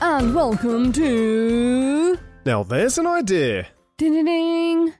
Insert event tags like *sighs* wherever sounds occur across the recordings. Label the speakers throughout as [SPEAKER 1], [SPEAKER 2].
[SPEAKER 1] Welcome to
[SPEAKER 2] Now there's an idea.
[SPEAKER 1] ding ding ding. That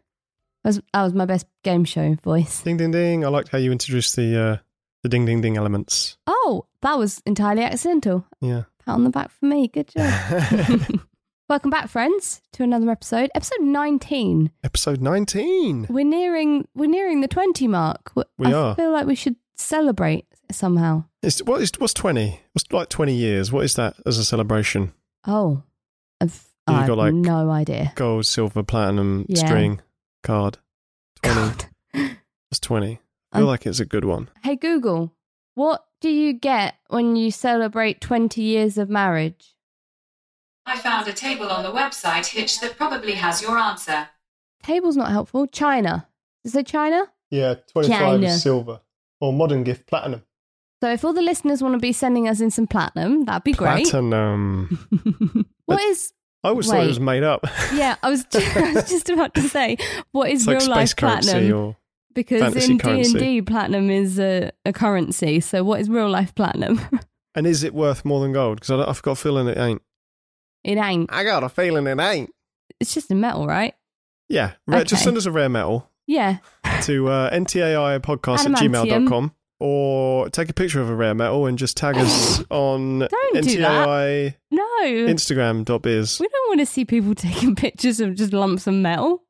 [SPEAKER 1] was, that was my best game show voice.
[SPEAKER 2] Ding ding ding. I liked how you introduced the uh, the ding ding ding elements.
[SPEAKER 1] Oh, that was entirely accidental.
[SPEAKER 2] Yeah.
[SPEAKER 1] Pat on the back for me. Good job.
[SPEAKER 2] *laughs*
[SPEAKER 1] Welcome back, friends, to another episode, episode nineteen.
[SPEAKER 2] Episode 19.
[SPEAKER 1] We're nearing we're nearing the twenty mark. W-
[SPEAKER 2] We
[SPEAKER 1] I
[SPEAKER 2] are.
[SPEAKER 1] feel like we should celebrate somehow.
[SPEAKER 2] It's, what is, what's 20? What's like 20 years? What is that as a celebration?
[SPEAKER 1] Oh, I've,
[SPEAKER 2] You
[SPEAKER 1] I've
[SPEAKER 2] got, like,
[SPEAKER 1] no idea.
[SPEAKER 2] Gold, silver, platinum,
[SPEAKER 1] Yeah.
[SPEAKER 2] string, card. 20.
[SPEAKER 1] God.
[SPEAKER 2] It's 20. I feel
[SPEAKER 1] Um,
[SPEAKER 2] like it's a good one.
[SPEAKER 1] Hey Google, what do you get when you celebrate twenty years of marriage?
[SPEAKER 3] I found a table on the website Hitch that probably has your answer.
[SPEAKER 1] Table's not helpful. China. Is it China?
[SPEAKER 2] Yeah,
[SPEAKER 1] 25 China. is
[SPEAKER 2] silver. Or modern gift, platinum.
[SPEAKER 1] So if all the listeners want to be sending us in some platinum, that'd be great.
[SPEAKER 2] Platinum.
[SPEAKER 1] *laughs* What is?
[SPEAKER 2] I always thought it
[SPEAKER 1] Wait.
[SPEAKER 2] was
[SPEAKER 1] *laughs*
[SPEAKER 2] made up.
[SPEAKER 1] Yeah, I was, just, I was just about to say, what is
[SPEAKER 2] it's like
[SPEAKER 1] real
[SPEAKER 2] space
[SPEAKER 1] life
[SPEAKER 2] currency
[SPEAKER 1] platinum?
[SPEAKER 2] or.
[SPEAKER 1] because
[SPEAKER 2] fantasy
[SPEAKER 1] in D
[SPEAKER 2] currency.
[SPEAKER 1] and D, platinum is a, a currency. So what is real life platinum? *laughs*
[SPEAKER 2] And is it worth more than gold? Because I've got a feeling it ain't.
[SPEAKER 1] it ain't.
[SPEAKER 2] I got a feeling it ain't.
[SPEAKER 1] It's just a metal, right?
[SPEAKER 2] Yeah. Rare, Just
[SPEAKER 1] Okay.
[SPEAKER 2] send us a rare metal.
[SPEAKER 1] Yeah.
[SPEAKER 2] to uh, ntaipodcast at
[SPEAKER 1] Adamantium.
[SPEAKER 2] gmail.com or take a picture of a rare metal and just tag
[SPEAKER 1] *gasps*
[SPEAKER 2] us on
[SPEAKER 1] Don't do
[SPEAKER 2] ntai
[SPEAKER 1] No,
[SPEAKER 2] instagram.biz.
[SPEAKER 1] we don't want to see people *laughs* taking pictures of just lumps of metal.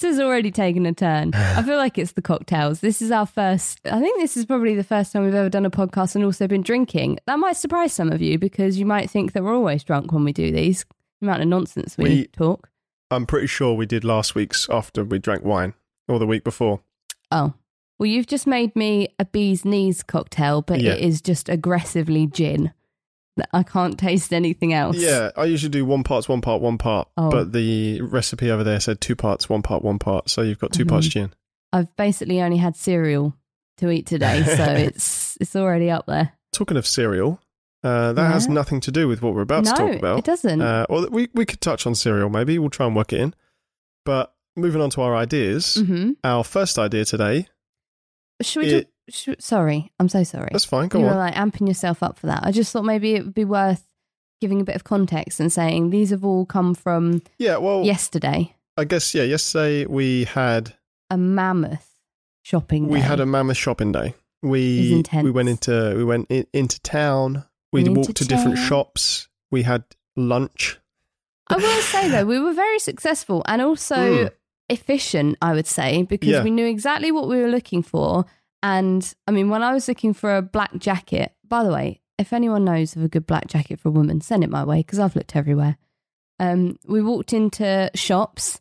[SPEAKER 1] This has already taken a
[SPEAKER 2] *sighs*
[SPEAKER 1] turn. I feel like it's the cocktails. This is our first. I think this is probably the first time we've ever done a podcast and also been drinking. That might surprise some of you because you might think that we're always drunk when we do these. The amount of nonsense we,
[SPEAKER 2] We-
[SPEAKER 1] talk.
[SPEAKER 2] I'm pretty sure we did last week's after we drank wine or the week before.
[SPEAKER 1] Oh. Well, you've just made me a bee's knees cocktail, but
[SPEAKER 2] Yeah.
[SPEAKER 1] it is just aggressively gin. That I can't taste anything else.
[SPEAKER 2] Yeah, I usually do one parts, one part, one part,
[SPEAKER 1] Oh.
[SPEAKER 2] but the recipe over there said two parts, one part, one part. So you've got 2 parts
[SPEAKER 1] Mm-hmm.
[SPEAKER 2] gin.
[SPEAKER 1] I've basically only had cereal to eat today,
[SPEAKER 2] *laughs*
[SPEAKER 1] so it's it's already up there.
[SPEAKER 2] Talking of cereal, uh, that has
[SPEAKER 1] Yeah.
[SPEAKER 2] nothing to do with what we're about
[SPEAKER 1] no,
[SPEAKER 2] to talk about.
[SPEAKER 1] it doesn't.
[SPEAKER 2] Uh, well, we, we could touch on cereal maybe. We'll try and work it in. But moving on to our ideas,
[SPEAKER 1] hmm
[SPEAKER 2] our first idea today
[SPEAKER 1] Should we?
[SPEAKER 2] it-
[SPEAKER 1] talk- should, sorry, I'm so sorry.
[SPEAKER 2] That's fine. Go
[SPEAKER 1] you
[SPEAKER 2] on.
[SPEAKER 1] were like amping yourself up for that. I just thought maybe it would be worth giving a bit of context and saying these have all come from
[SPEAKER 2] yeah. Well,
[SPEAKER 1] yesterday,
[SPEAKER 2] I guess yeah. Yesterday we had
[SPEAKER 1] a mammoth shopping.
[SPEAKER 2] we
[SPEAKER 1] day.
[SPEAKER 2] had a mammoth shopping day.
[SPEAKER 1] It was
[SPEAKER 2] We
[SPEAKER 1] intense.
[SPEAKER 2] we went into we went in, into town. We
[SPEAKER 1] Went
[SPEAKER 2] walked
[SPEAKER 1] into
[SPEAKER 2] to different
[SPEAKER 1] town.
[SPEAKER 2] shops. We had lunch.
[SPEAKER 1] I will say though, we were very successful and also
[SPEAKER 2] Mm.
[SPEAKER 1] efficient, I would say, because
[SPEAKER 2] Yeah.
[SPEAKER 1] we knew exactly what we were looking for. And I mean, when I was looking for a black jacket, by the way, if anyone knows of a good black jacket for a woman, send it my way because I've looked everywhere. Um, we walked into shops,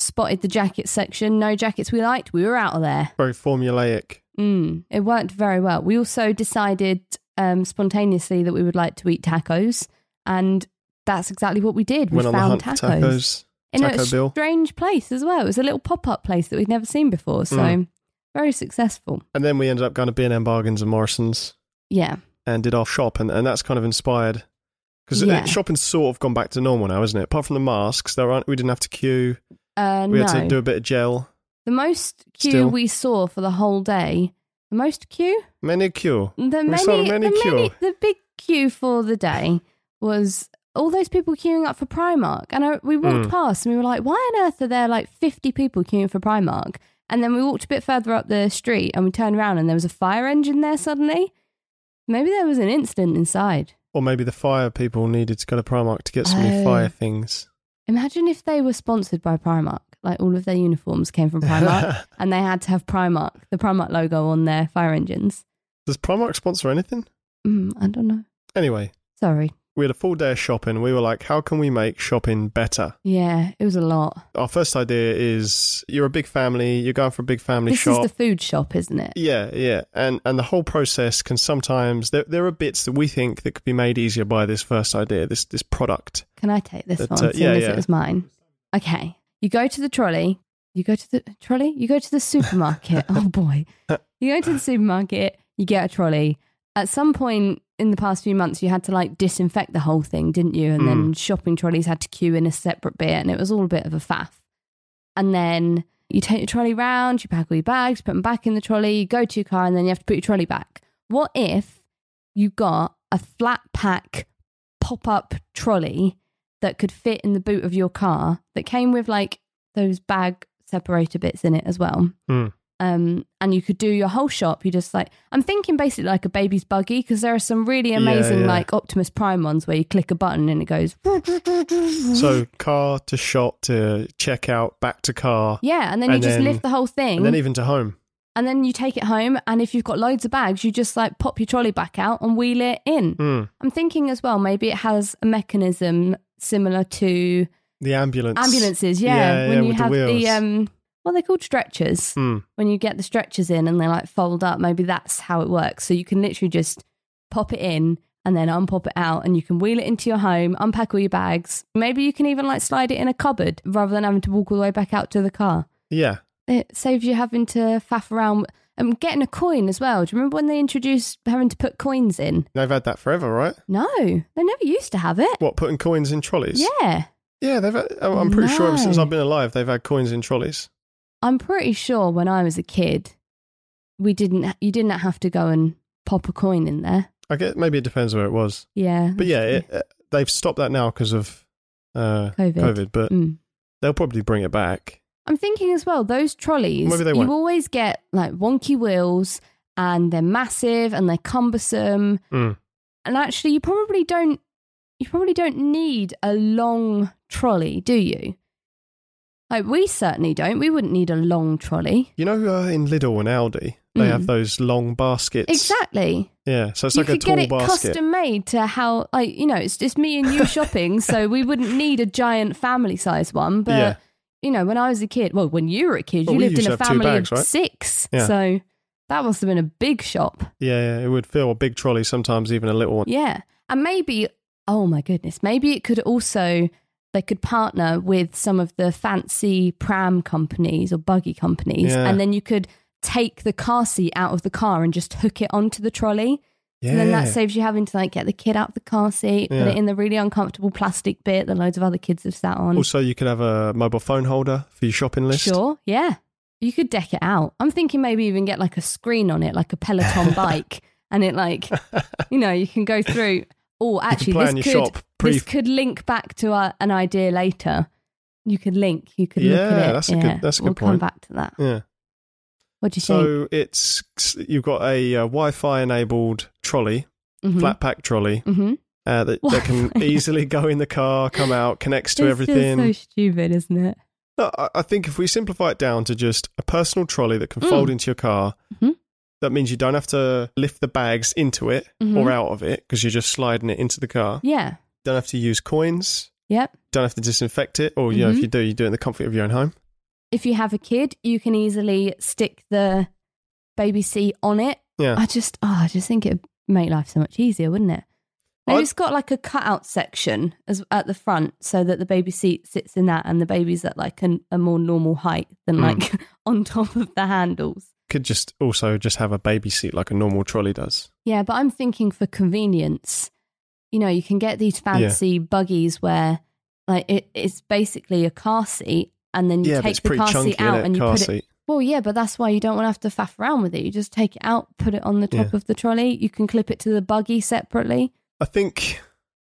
[SPEAKER 1] spotted the jacket section, no jackets we liked, we were out of there.
[SPEAKER 2] Very formulaic.
[SPEAKER 1] Mm, it worked very well. We also decided um, spontaneously that we would like to eat tacos, and that's exactly what we did. We
[SPEAKER 2] went on the
[SPEAKER 1] found
[SPEAKER 2] hunt for
[SPEAKER 1] tacos,
[SPEAKER 2] tacos.
[SPEAKER 1] in
[SPEAKER 2] Taco
[SPEAKER 1] a
[SPEAKER 2] Bill.
[SPEAKER 1] strange place as well. It was a little pop up place that we'd never seen before, so
[SPEAKER 2] Mm.
[SPEAKER 1] very successful.
[SPEAKER 2] and then we ended up going to B and M Bargains and Morrison's
[SPEAKER 1] Yeah,
[SPEAKER 2] and did our shop, and, and that's kind of inspired because
[SPEAKER 1] Yeah.
[SPEAKER 2] shopping's sort of gone back to normal now, isn't it? Apart from the masks, there aren't. We didn't have to queue.
[SPEAKER 1] uh,
[SPEAKER 2] We
[SPEAKER 1] no,
[SPEAKER 2] had to do a bit of gel.
[SPEAKER 1] the most queue
[SPEAKER 2] Still.
[SPEAKER 1] we saw for the whole day. The most queue,
[SPEAKER 2] Manicure.
[SPEAKER 1] the
[SPEAKER 2] We
[SPEAKER 1] many,
[SPEAKER 2] saw many
[SPEAKER 1] the
[SPEAKER 2] queue.
[SPEAKER 1] the big queue for the day was. All those people queuing up for Primark, and I, we walked
[SPEAKER 2] Mm.
[SPEAKER 1] past, and we were like, "Why on earth are there like fifty people queuing for Primark?" And then we walked a bit further up the street, and we turned around, and there was a fire engine there suddenly. Maybe there was an incident inside.
[SPEAKER 2] Or maybe the fire people needed to go to Primark to get some new
[SPEAKER 1] Oh.
[SPEAKER 2] fire things.
[SPEAKER 1] Imagine if they were sponsored by Primark. Like all of their uniforms came from
[SPEAKER 2] *laughs*
[SPEAKER 1] Primark and they had to have Primark, the Primark logo on their fire engines.
[SPEAKER 2] Does Primark sponsor anything?
[SPEAKER 1] Mm, I don't know.
[SPEAKER 2] Anyway,
[SPEAKER 1] Sorry.
[SPEAKER 2] we had a full day of shopping. We were like, how can we make shopping better?
[SPEAKER 1] Yeah, it was a lot.
[SPEAKER 2] Our first idea is you're a big family, you're going for a big family
[SPEAKER 1] this
[SPEAKER 2] shop.
[SPEAKER 1] is the food shop, isn't it?
[SPEAKER 2] yeah, yeah. And and the whole process can sometimes there there are bits that we think that could be made easier by this first idea, this this product.
[SPEAKER 1] Can I take this
[SPEAKER 2] But,
[SPEAKER 1] one?
[SPEAKER 2] uh,
[SPEAKER 1] seeing
[SPEAKER 2] yeah,
[SPEAKER 1] as
[SPEAKER 2] yeah.
[SPEAKER 1] it was mine. Okay. You go to the trolley. You go to the trolley. You go to the
[SPEAKER 2] *laughs*
[SPEAKER 1] supermarket. oh boy. You go to the supermarket. You get a trolley. At some point in the past few months, you had to like disinfect the whole thing, didn't you? And
[SPEAKER 2] Hmm.
[SPEAKER 1] then shopping trolleys had to queue in a separate bit, and it was all a bit of a faff. And then you take your trolley round, you pack all your bags, put them back in the trolley, you go to your car, and then you have to put your trolley back. What if you got a flat pack pop up trolley that could fit in the boot of your car that came with like those bag separator bits in it as well.
[SPEAKER 2] Hmm.
[SPEAKER 1] Um, and you could do your whole shop. You just like, I'm thinking basically like a baby's buggy because there are some really
[SPEAKER 2] Yeah,
[SPEAKER 1] amazing
[SPEAKER 2] yeah.
[SPEAKER 1] like Optimus Prime ones where you click a button and it goes. Mm-hmm.
[SPEAKER 2] So car to shop to checkout, back to car,
[SPEAKER 1] *laughs* yeah, and then you
[SPEAKER 2] and
[SPEAKER 1] just
[SPEAKER 2] then-
[SPEAKER 1] lift the whole thing.
[SPEAKER 2] and then even to home.
[SPEAKER 1] and then you take it home and if you've got loads of bags you just like pop your trolley back out and wheel it in
[SPEAKER 2] Mm.
[SPEAKER 1] i'm thinking as well maybe it has a mechanism similar to
[SPEAKER 2] The ambulance.
[SPEAKER 1] ambulances yeah,
[SPEAKER 2] Yeah, yeah,
[SPEAKER 1] when you
[SPEAKER 2] with the
[SPEAKER 1] have the,
[SPEAKER 2] wheels.
[SPEAKER 1] um what are they called stretchers
[SPEAKER 2] Mm.
[SPEAKER 1] when you get the stretchers in and they like fold up maybe that's how it works so you can literally just pop it in and then unpop it out and you can wheel it into your home unpack all your bags maybe you can even like slide it in a cupboard rather than having to walk all the way back out to the car
[SPEAKER 2] Yeah.
[SPEAKER 1] it saves you having to faff around and getting a coin as well. Do you remember when they introduced having to put coins in?
[SPEAKER 2] They've had that forever, right?
[SPEAKER 1] No, they never used to have it.
[SPEAKER 2] What, putting coins in trolleys?
[SPEAKER 1] Yeah,
[SPEAKER 2] Yeah, they've had, oh, I'm pretty sure ever since
[SPEAKER 1] No.
[SPEAKER 2] I've been alive, they've had coins in trolleys.
[SPEAKER 1] I'm pretty sure when I was a kid, we didn't. You didn't have to go and pop a coin in there.
[SPEAKER 2] I guess maybe it depends where it was.
[SPEAKER 1] Yeah,
[SPEAKER 2] But yeah, it, uh, they've stopped that now because of uh,
[SPEAKER 1] COVID.
[SPEAKER 2] COVID, but
[SPEAKER 1] Mm.
[SPEAKER 2] they'll probably bring it back.
[SPEAKER 1] I'm thinking as well, those trolleys,
[SPEAKER 2] Maybe they
[SPEAKER 1] you
[SPEAKER 2] won't.
[SPEAKER 1] always get like wonky wheels and they're massive and they're cumbersome.
[SPEAKER 2] Mm.
[SPEAKER 1] And actually you probably don't you probably don't need a long trolley, do you? Like we certainly don't. We wouldn't need a long trolley.
[SPEAKER 2] You know, uh, in Lidl and Aldi, they
[SPEAKER 1] Mm.
[SPEAKER 2] have those long baskets.
[SPEAKER 1] exactly.
[SPEAKER 2] Yeah, so it's
[SPEAKER 1] you
[SPEAKER 2] like a
[SPEAKER 1] could
[SPEAKER 2] tall
[SPEAKER 1] get it
[SPEAKER 2] basket.
[SPEAKER 1] custom made to how like you know, it's just me and
[SPEAKER 2] *laughs*
[SPEAKER 1] you shopping, so we wouldn't need a giant family size one, but
[SPEAKER 2] Yeah.
[SPEAKER 1] you know, when I was a kid, well, when you were a kid,
[SPEAKER 2] Well,
[SPEAKER 1] you
[SPEAKER 2] we
[SPEAKER 1] lived
[SPEAKER 2] used
[SPEAKER 1] in
[SPEAKER 2] to
[SPEAKER 1] a
[SPEAKER 2] have two
[SPEAKER 1] family
[SPEAKER 2] bags,
[SPEAKER 1] of
[SPEAKER 2] right?
[SPEAKER 1] six.
[SPEAKER 2] Yeah.
[SPEAKER 1] So that must have been a big shop.
[SPEAKER 2] Yeah, yeah, it would fill a big trolley, sometimes even a little one.
[SPEAKER 1] Yeah. And maybe, oh my goodness, maybe it could also, they could partner with some of the fancy pram companies or buggy companies.
[SPEAKER 2] Yeah.
[SPEAKER 1] And then you could take the car seat out of the car and just hook it onto the trolley.
[SPEAKER 2] Yeah.
[SPEAKER 1] And then that saves you having to like get the kid out of the car seat,
[SPEAKER 2] Yeah.
[SPEAKER 1] put it in the really uncomfortable plastic bit that loads of other kids have sat on.
[SPEAKER 2] also, you could have a mobile phone holder for your shopping list.
[SPEAKER 1] Sure, yeah. You could deck it out. I'm thinking maybe even get like a screen on it, like a
[SPEAKER 2] *laughs*
[SPEAKER 1] Peloton bike, and it like, you know, you can go through. Oh, actually,
[SPEAKER 2] you can plan
[SPEAKER 1] this
[SPEAKER 2] your
[SPEAKER 1] could
[SPEAKER 2] shop pre.
[SPEAKER 1] this could link back to uh an idea later. You could link. You could look at
[SPEAKER 2] Yeah,
[SPEAKER 1] it.
[SPEAKER 2] that's a good- that's a good
[SPEAKER 1] we'll come
[SPEAKER 2] point.
[SPEAKER 1] back to that.
[SPEAKER 2] yeah.
[SPEAKER 1] What do you think?
[SPEAKER 2] So it's you've got a uh, Wi-Fi enabled trolley,
[SPEAKER 1] Mhm.
[SPEAKER 2] flat pack trolley
[SPEAKER 1] Mhm.
[SPEAKER 2] uh, that, that
[SPEAKER 1] *laughs*
[SPEAKER 2] can
[SPEAKER 1] Wi-Fi.
[SPEAKER 2] easily go in the car, come out, connects to
[SPEAKER 1] It's
[SPEAKER 2] everything.
[SPEAKER 1] Still so stupid, isn't it?
[SPEAKER 2] No, I, I think if we simplify it down to just a personal trolley that can
[SPEAKER 1] Mm.
[SPEAKER 2] fold into your car,
[SPEAKER 1] Mhm.
[SPEAKER 2] that means you don't have to lift the bags into it
[SPEAKER 1] Mhm.
[SPEAKER 2] or out of it because you're just sliding it into the car.
[SPEAKER 1] Yeah.
[SPEAKER 2] Don't have to use coins.
[SPEAKER 1] Yep.
[SPEAKER 2] Don't have to disinfect it, or you know, if
[SPEAKER 1] Mhm.
[SPEAKER 2] you do, you do it in the comfort of your own home.
[SPEAKER 1] If you have a kid, you can easily stick the baby seat on it
[SPEAKER 2] Yeah,
[SPEAKER 1] I just, oh, I just think it'd make life so much easier, wouldn't it? Maybe
[SPEAKER 2] I'd-
[SPEAKER 1] it's got like a cutout section as at the front, so that the baby seat sits in that, and the baby's at like an, a more normal height than
[SPEAKER 2] Mm.
[SPEAKER 1] like *laughs* on top of the handles.
[SPEAKER 2] could just also just have a baby seat like a normal trolley does.
[SPEAKER 1] Yeah, but I'm thinking for convenience. You know, you can get these fancy buggies where, like, it, it's basically a car seat, and then you
[SPEAKER 2] yeah, but it's
[SPEAKER 1] take the
[SPEAKER 2] pretty
[SPEAKER 1] car
[SPEAKER 2] chunky
[SPEAKER 1] seat out
[SPEAKER 2] innit,
[SPEAKER 1] and you
[SPEAKER 2] car
[SPEAKER 1] put it
[SPEAKER 2] seat.
[SPEAKER 1] Well, yeah, but that's why you don't want to have to faff around with it. You just take it out, put it on the top
[SPEAKER 2] Yeah.
[SPEAKER 1] of the trolley. You can clip it to the buggy separately.
[SPEAKER 2] I think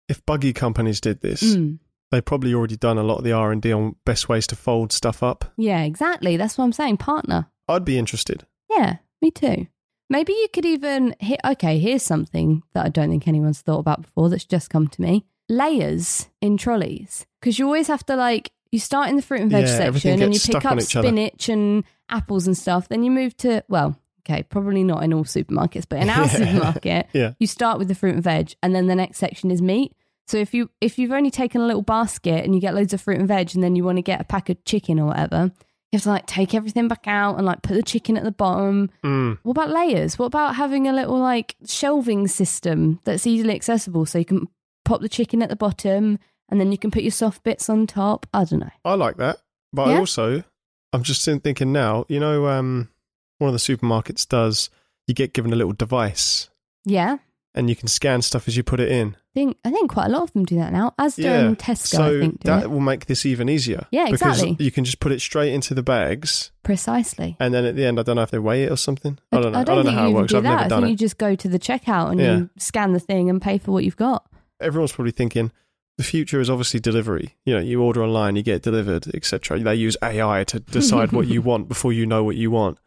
[SPEAKER 2] if buggy companies did this,
[SPEAKER 1] Mm.
[SPEAKER 2] they've probably already done a lot of the R and D on best ways to fold stuff up.
[SPEAKER 1] Yeah, exactly. That's what I'm saying. Partner.
[SPEAKER 2] I'd be interested.
[SPEAKER 1] Yeah, me too. Maybe you could even hit. Okay, here's something that I don't think anyone's thought about before that's just come to me layers in trolleys. Because you always have to, like, you start in the fruit and veg
[SPEAKER 2] Yeah, everything
[SPEAKER 1] section and you
[SPEAKER 2] gets
[SPEAKER 1] pick
[SPEAKER 2] stuck on
[SPEAKER 1] up
[SPEAKER 2] each other.
[SPEAKER 1] spinach and apples and stuff. Then you move to, well, okay, probably not in all supermarkets, but in our
[SPEAKER 2] *laughs* Yeah.
[SPEAKER 1] supermarket,
[SPEAKER 2] Yeah.
[SPEAKER 1] you start with the fruit and veg and then the next section is meat. So if you if you've only taken a little basket and you get loads of fruit and veg and then you want to get a pack of chicken or whatever, you have to like take everything back out and like put the chicken at the bottom.
[SPEAKER 2] Mm.
[SPEAKER 1] What about layers? What about having a little like shelving system that's easily accessible so you can pop the chicken at the bottom and then you can put your soft bits on top? I don't know.
[SPEAKER 2] I like that, but I
[SPEAKER 1] Yeah.
[SPEAKER 2] also I'm just thinking now. You know, um, one of the supermarkets does. You get given a little device,
[SPEAKER 1] Yeah.
[SPEAKER 2] and you can scan stuff as you put it in.
[SPEAKER 1] I think I think quite a lot of them do that now. Asda
[SPEAKER 2] yeah,
[SPEAKER 1] and Tesco,
[SPEAKER 2] so
[SPEAKER 1] I think, do
[SPEAKER 2] that
[SPEAKER 1] it.
[SPEAKER 2] will make this even easier.
[SPEAKER 1] Yeah, exactly.
[SPEAKER 2] Because you can just put it straight into the bags,
[SPEAKER 1] Precisely.
[SPEAKER 2] and then at the end, I don't know if they weigh it or something. I don't know. I don't, know
[SPEAKER 1] think
[SPEAKER 2] how
[SPEAKER 1] you
[SPEAKER 2] it
[SPEAKER 1] even
[SPEAKER 2] works.
[SPEAKER 1] do
[SPEAKER 2] I've
[SPEAKER 1] that.
[SPEAKER 2] never
[SPEAKER 1] I
[SPEAKER 2] done
[SPEAKER 1] think
[SPEAKER 2] it.
[SPEAKER 1] you just go to the checkout and
[SPEAKER 2] Yeah.
[SPEAKER 1] you scan the thing and pay for what you've got.
[SPEAKER 2] Everyone's probably thinking, the future is obviously delivery. You know, you order online, you get it delivered, etc. They use AI to decide what
[SPEAKER 1] *laughs*
[SPEAKER 2] you want before you know what you want.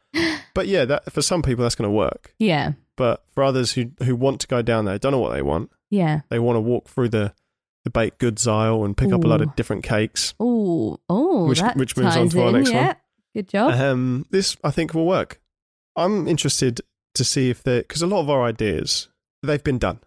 [SPEAKER 2] But yeah, that for some people that's going to work.
[SPEAKER 1] Yeah.
[SPEAKER 2] But for others who who want to go down there, don't know what they want.
[SPEAKER 1] Yeah.
[SPEAKER 2] They want to walk through the the baked goods aisle and pick up a lot
[SPEAKER 1] Ooh.
[SPEAKER 2] of different cakes.
[SPEAKER 1] Oh, oh,
[SPEAKER 2] Which-
[SPEAKER 1] that
[SPEAKER 2] which moves on
[SPEAKER 1] ties
[SPEAKER 2] to our
[SPEAKER 1] in,
[SPEAKER 2] next one.
[SPEAKER 1] yeah. Good job.
[SPEAKER 2] Um, this I think will work. I'm interested to see if they because a lot of our ideas they've been done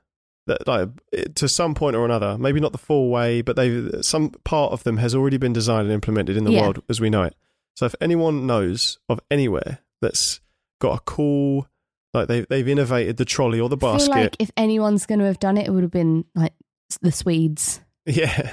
[SPEAKER 2] that like it- to some point or another. Maybe not the full way, but they some part of them has already been designed and implemented in the
[SPEAKER 1] Yeah.
[SPEAKER 2] world as we know it. So if anyone knows of anywhere that's got a cool like they they've innovated the trolley or the
[SPEAKER 1] I feel
[SPEAKER 2] basket,
[SPEAKER 1] like if anyone's going to have done it, it would have been like s- the Swedes.
[SPEAKER 2] *laughs* yeah,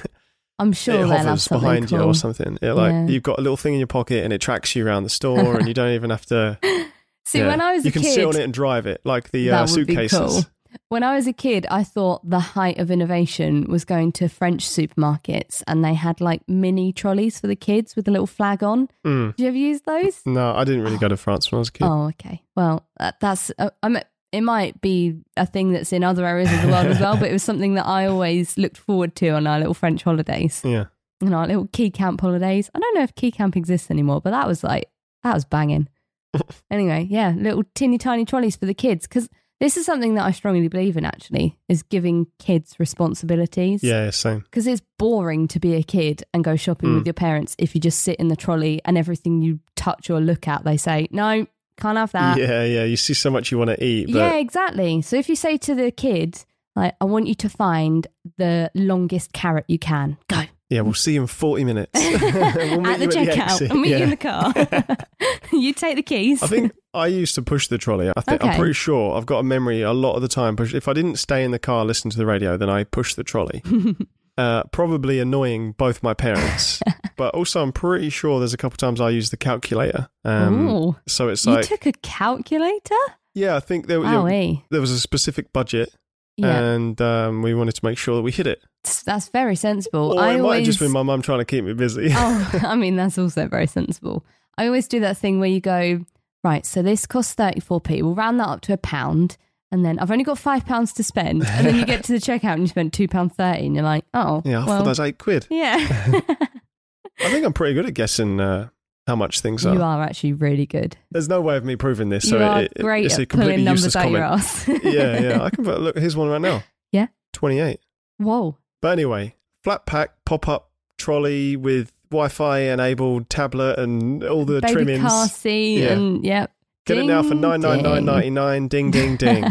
[SPEAKER 1] I'm sure
[SPEAKER 2] it
[SPEAKER 1] they'll have
[SPEAKER 2] hovers
[SPEAKER 1] something
[SPEAKER 2] behind
[SPEAKER 1] cool.
[SPEAKER 2] you or something. It, like
[SPEAKER 1] Yeah.
[SPEAKER 2] you've got a little thing in your pocket and it tracks you around the store, and you don't even have to.
[SPEAKER 1] *laughs* See,
[SPEAKER 2] Yeah.
[SPEAKER 1] when I was
[SPEAKER 2] you
[SPEAKER 1] a
[SPEAKER 2] can sit on
[SPEAKER 1] kid,
[SPEAKER 2] it and drive it like the uh,
[SPEAKER 1] that would be
[SPEAKER 2] suitcases.
[SPEAKER 1] cool. When I was a kid, I thought the height of innovation was going to French supermarkets, and they had like mini trolleys for the kids with a little flag on.
[SPEAKER 2] Mm.
[SPEAKER 1] Did you ever use those?
[SPEAKER 2] No, I didn't really go to France when I was a kid.
[SPEAKER 1] Oh, okay. Well, that, that's uh, I'm. It might be a thing that's in other areas of the world as well, but it was something that I always looked forward to on our little French holidays,
[SPEAKER 2] Yeah,
[SPEAKER 1] on our little key camp holidays. I don't know if key camp exists anymore, but that was like that was
[SPEAKER 2] *laughs*
[SPEAKER 1] banging. anyway, yeah, little tinny tiny trolleys for the kids because this is something that I strongly believe in. Actually, is giving kids responsibilities.
[SPEAKER 2] yeah, same.
[SPEAKER 1] Because it's boring to be a kid and go shopping
[SPEAKER 2] Mm.
[SPEAKER 1] with your parents if you just sit in the trolley and everything you touch or look at, they say, no, can't have that. Yeah,
[SPEAKER 2] yeah, yeah. You see so much you want to eat, but
[SPEAKER 1] exactly. So if you say to the kid, like, I want you to find the longest carrot you can, go.
[SPEAKER 2] yeah, we'll see you in forty minutes *laughs* We'll meet
[SPEAKER 1] at the
[SPEAKER 2] you
[SPEAKER 1] checkout.
[SPEAKER 2] exit.
[SPEAKER 1] I'll *laughs* meet you
[SPEAKER 2] Yeah.
[SPEAKER 1] in the car. *laughs* you take the keys.
[SPEAKER 2] I think I used to push the trolley. I think I'm
[SPEAKER 1] Okay.
[SPEAKER 2] pretty sure I've got a memory. A lot of the time, push. If I didn't stay in the car, listen to the radio, then I pushed
[SPEAKER 1] *laughs*
[SPEAKER 2] the trolley. uh, probably annoying both
[SPEAKER 1] *laughs*
[SPEAKER 2] my parents, but also I'm pretty sure there's a couple times I used the calculator. Um,
[SPEAKER 1] Ooh.
[SPEAKER 2] so it's
[SPEAKER 1] you
[SPEAKER 2] like,
[SPEAKER 1] took a calculator?
[SPEAKER 2] yeah, I think there,
[SPEAKER 1] Oh,
[SPEAKER 2] there,
[SPEAKER 1] eh?
[SPEAKER 2] there was a specific budget.
[SPEAKER 1] Yeah.
[SPEAKER 2] and um, we wanted to make sure that we hit it.
[SPEAKER 1] that's very sensible.
[SPEAKER 2] Or
[SPEAKER 1] I
[SPEAKER 2] it might have
[SPEAKER 1] always...
[SPEAKER 2] just been my mum trying to keep me busy.
[SPEAKER 1] *laughs* oh, I mean, that's also very sensible. I always do that thing where you go, right, so this costs 34p. We'll round that up to a pound. And then I've only got five pounds to spend. And then you get to the checkout and you spend £2.30. And you're like, oh,
[SPEAKER 2] *laughs* *laughs* yeah, I
[SPEAKER 1] well,
[SPEAKER 2] thought that's eight quid.
[SPEAKER 1] *laughs*
[SPEAKER 2] *laughs*
[SPEAKER 1] yeah.
[SPEAKER 2] I think I'm pretty good at guessing uh, how much things are.
[SPEAKER 1] you are actually really good.
[SPEAKER 2] There's no way of me proving this, so
[SPEAKER 1] you are
[SPEAKER 2] it, it-
[SPEAKER 1] great
[SPEAKER 2] it's a
[SPEAKER 1] at pulling
[SPEAKER 2] completely useless
[SPEAKER 1] numbers out your
[SPEAKER 2] comment.
[SPEAKER 1] ass. *laughs*
[SPEAKER 2] yeah, yeah. I can put, look. Here's one right now.
[SPEAKER 1] Yeah.
[SPEAKER 2] twenty-eight.
[SPEAKER 1] Whoa.
[SPEAKER 2] But anyway, flat pack pop-up trolley with Wi-Fi enabled tablet and all the
[SPEAKER 1] Baby
[SPEAKER 2] trimmings.
[SPEAKER 1] car seat.
[SPEAKER 2] Yeah.
[SPEAKER 1] And yep.
[SPEAKER 2] Get it now for
[SPEAKER 1] Ding,
[SPEAKER 2] nine nine nine
[SPEAKER 1] ding.
[SPEAKER 2] ninety nine. Ding
[SPEAKER 1] *laughs*
[SPEAKER 2] ding ding.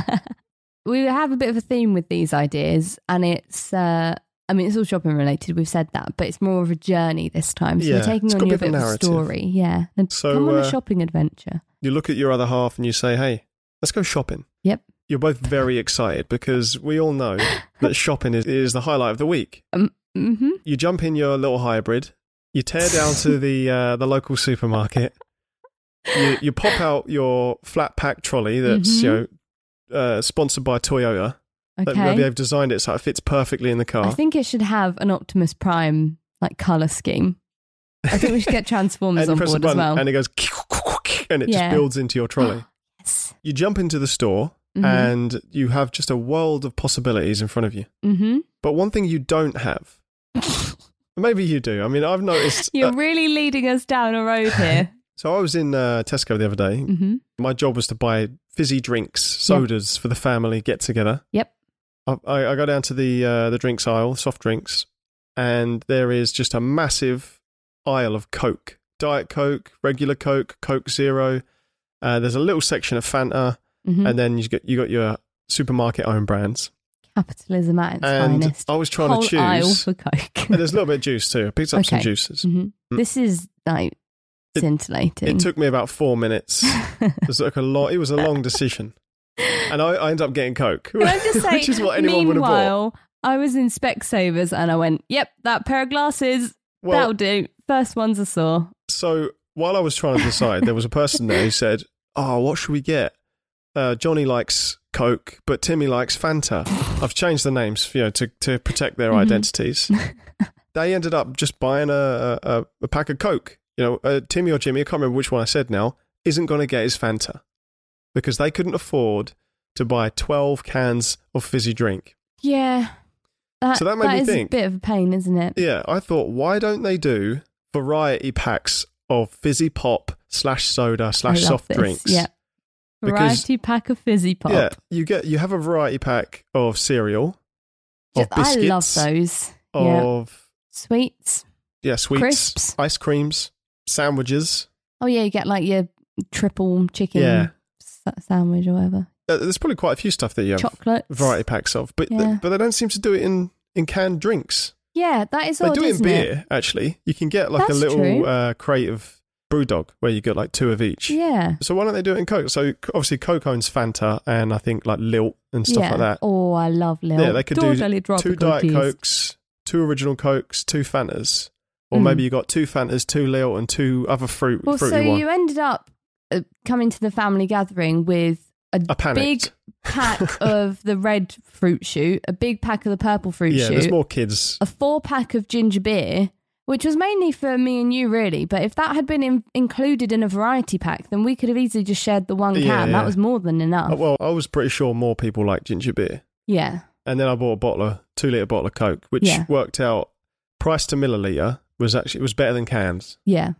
[SPEAKER 1] we have a bit of a theme with these ideas and it's uh I mean, it's all shopping related. We've said that, but it's more of a journey this time. So
[SPEAKER 2] Yeah,
[SPEAKER 1] we're taking
[SPEAKER 2] it's got
[SPEAKER 1] on
[SPEAKER 2] a
[SPEAKER 1] you a
[SPEAKER 2] bit
[SPEAKER 1] bit
[SPEAKER 2] of a
[SPEAKER 1] of a
[SPEAKER 2] narrative.
[SPEAKER 1] story, yeah. And
[SPEAKER 2] So,
[SPEAKER 1] come on
[SPEAKER 2] uh,
[SPEAKER 1] a shopping adventure.
[SPEAKER 2] you look at your other half and you say, "Hey, let's go shopping."
[SPEAKER 1] Yep.
[SPEAKER 2] You're both very excited because we
[SPEAKER 1] *laughs*
[SPEAKER 2] all know that shopping is, is the highlight of the week.
[SPEAKER 1] hmm
[SPEAKER 2] You jump in your little hybrid, you tear down
[SPEAKER 1] *laughs*
[SPEAKER 2] to the uh, the local supermarket, you, you pop out your flat pack trolley that's you know uh, sponsored by Toyota. That-
[SPEAKER 1] Mm-hmm. Okay.
[SPEAKER 2] They've designed it so it fits perfectly in the
[SPEAKER 1] I
[SPEAKER 2] car.
[SPEAKER 1] think it should have an Optimus Prime like color scheme. I think we should
[SPEAKER 2] *laughs*
[SPEAKER 1] get
[SPEAKER 2] and
[SPEAKER 1] Transformers
[SPEAKER 2] you
[SPEAKER 1] on
[SPEAKER 2] press a
[SPEAKER 1] board as
[SPEAKER 2] button
[SPEAKER 1] well.
[SPEAKER 2] and it goes and it
[SPEAKER 1] Yeah.
[SPEAKER 2] just builds into
[SPEAKER 1] *gasps*
[SPEAKER 2] your trolley.
[SPEAKER 1] yes. Mm-hmm.
[SPEAKER 2] you jump into the store and you have just a world of possibilities in front of you.
[SPEAKER 1] Mm-hmm. *laughs*
[SPEAKER 2] But one thing you don't have, maybe you do. I mean,
[SPEAKER 1] *laughs*
[SPEAKER 2] I've noticed.
[SPEAKER 1] You're
[SPEAKER 2] uh,
[SPEAKER 1] really leading us down a road
[SPEAKER 2] *laughs*
[SPEAKER 1] here.
[SPEAKER 2] so I was in uh, Tesco the other day.
[SPEAKER 1] hmm
[SPEAKER 2] My job was to buy fizzy drinks, sodas for the family get together.
[SPEAKER 1] Yep.
[SPEAKER 2] I, I I go down to the uh, the drinks aisle, soft drinks, and there is just a massive aisle of Coke, Diet Coke, regular Coke, Coke Zero. Uh, there's a little section of Fanta,
[SPEAKER 1] hmm
[SPEAKER 2] and then you got you got your supermarket own brands.
[SPEAKER 1] Capitalism at its
[SPEAKER 2] and
[SPEAKER 1] finest.
[SPEAKER 2] I was trying
[SPEAKER 1] Whole
[SPEAKER 2] to choose.
[SPEAKER 1] aisle for Coke.
[SPEAKER 2] *laughs* and there's a little bit of juice too. I picked up some
[SPEAKER 1] Okay. *laughs*
[SPEAKER 2] juices.
[SPEAKER 1] Mhm. This is like
[SPEAKER 2] Mm. It-
[SPEAKER 1] scintillating.
[SPEAKER 2] It took me about four minutes. It was like a long. It was a long decision, and I, I ended up getting Coke,
[SPEAKER 1] Can I just say,
[SPEAKER 2] *laughs* which is what anyone would have bought.
[SPEAKER 1] meanwhile, I was in Specsavers and I went, "Yep, that pair of glasses that'll
[SPEAKER 2] Well,
[SPEAKER 1] do." First one's a sore.
[SPEAKER 2] so while I was trying to decide, there was a person there who said, "Oh, what should we get? Uh, Johnny likes Coke, but Timmy likes Fanta." I've changed the names, you know, to to protect their
[SPEAKER 1] Mhm.
[SPEAKER 2] identities. they ended up just buying a, a a- a pack of Coke. You know, uh, Timmy or Jimmy, I can't remember which one I said now, isn't going to get his Fanta because they couldn't afford to buy twelve cans of fizzy drink.
[SPEAKER 1] Yeah, That,
[SPEAKER 2] So that made me
[SPEAKER 1] is
[SPEAKER 2] think.
[SPEAKER 1] a bit of a pain, isn't it?
[SPEAKER 2] Yeah, I thought, why don't they do variety packs of fizzy pop slash soda slash
[SPEAKER 1] I love
[SPEAKER 2] soft
[SPEAKER 1] this.
[SPEAKER 2] drinks?
[SPEAKER 1] Yeah.
[SPEAKER 2] Because-
[SPEAKER 1] Variety pack of fizzy pop.
[SPEAKER 2] Yeah, you get you have a variety pack of cereal, of
[SPEAKER 1] Just- I love
[SPEAKER 2] biscuits,
[SPEAKER 1] those. yeah.
[SPEAKER 2] of
[SPEAKER 1] Sweets.
[SPEAKER 2] yeah, sweets,
[SPEAKER 1] Crisps.
[SPEAKER 2] ice creams, sandwiches.
[SPEAKER 1] Oh, yeah, you get like your triple chicken
[SPEAKER 2] Yeah.
[SPEAKER 1] sa- sandwich or whatever.
[SPEAKER 2] Uh, there's probably quite a few stuff that you have
[SPEAKER 1] Chocolate.
[SPEAKER 2] variety packs of, but
[SPEAKER 1] Yeah.
[SPEAKER 2] but they don't seem to do it in in canned drinks.
[SPEAKER 1] Yeah, that is
[SPEAKER 2] they
[SPEAKER 1] odd,
[SPEAKER 2] do it in
[SPEAKER 1] isn't
[SPEAKER 2] beer, actually. You can get like
[SPEAKER 1] That's
[SPEAKER 2] a little
[SPEAKER 1] true.
[SPEAKER 2] uh, crate of brew dog where you get like two of each.
[SPEAKER 1] Yeah.
[SPEAKER 2] So why don't they do it in Coke? So c- obviously Coke owns Fanta and I think like Lilt and stuff
[SPEAKER 1] yeah.
[SPEAKER 2] like that.
[SPEAKER 1] Oh, I love Lil.
[SPEAKER 2] Yeah, they could do
[SPEAKER 1] Totally
[SPEAKER 2] two
[SPEAKER 1] tropical
[SPEAKER 2] Diet
[SPEAKER 1] juice.
[SPEAKER 2] Cokes, two original Cokes, two Fantas. Or
[SPEAKER 1] Mm.
[SPEAKER 2] maybe you got two Fantas, two Lilt and two other fruit
[SPEAKER 1] Well,
[SPEAKER 2] fruity
[SPEAKER 1] so
[SPEAKER 2] one.
[SPEAKER 1] you ended up uh, coming to the family gathering with a
[SPEAKER 2] I panicked.
[SPEAKER 1] big
[SPEAKER 2] *laughs*
[SPEAKER 1] pack of the red fruit shoot, a big pack of the purple fruit
[SPEAKER 2] yeah, there's
[SPEAKER 1] shoot,
[SPEAKER 2] more kids.
[SPEAKER 1] a four pack of ginger beer, which was mainly for me and you, really. But if that had been in- included in a variety pack, then we could have easily just shared the one can.
[SPEAKER 2] Yeah, yeah.
[SPEAKER 1] That was more than enough.
[SPEAKER 2] Uh, Well, I was pretty sure more people like ginger beer.
[SPEAKER 1] yeah.
[SPEAKER 2] And then I bought a bottle of two litre bottle of Coke, which
[SPEAKER 1] Yeah.
[SPEAKER 2] worked out price to milliliter was actually it was better than cans.
[SPEAKER 1] Yeah.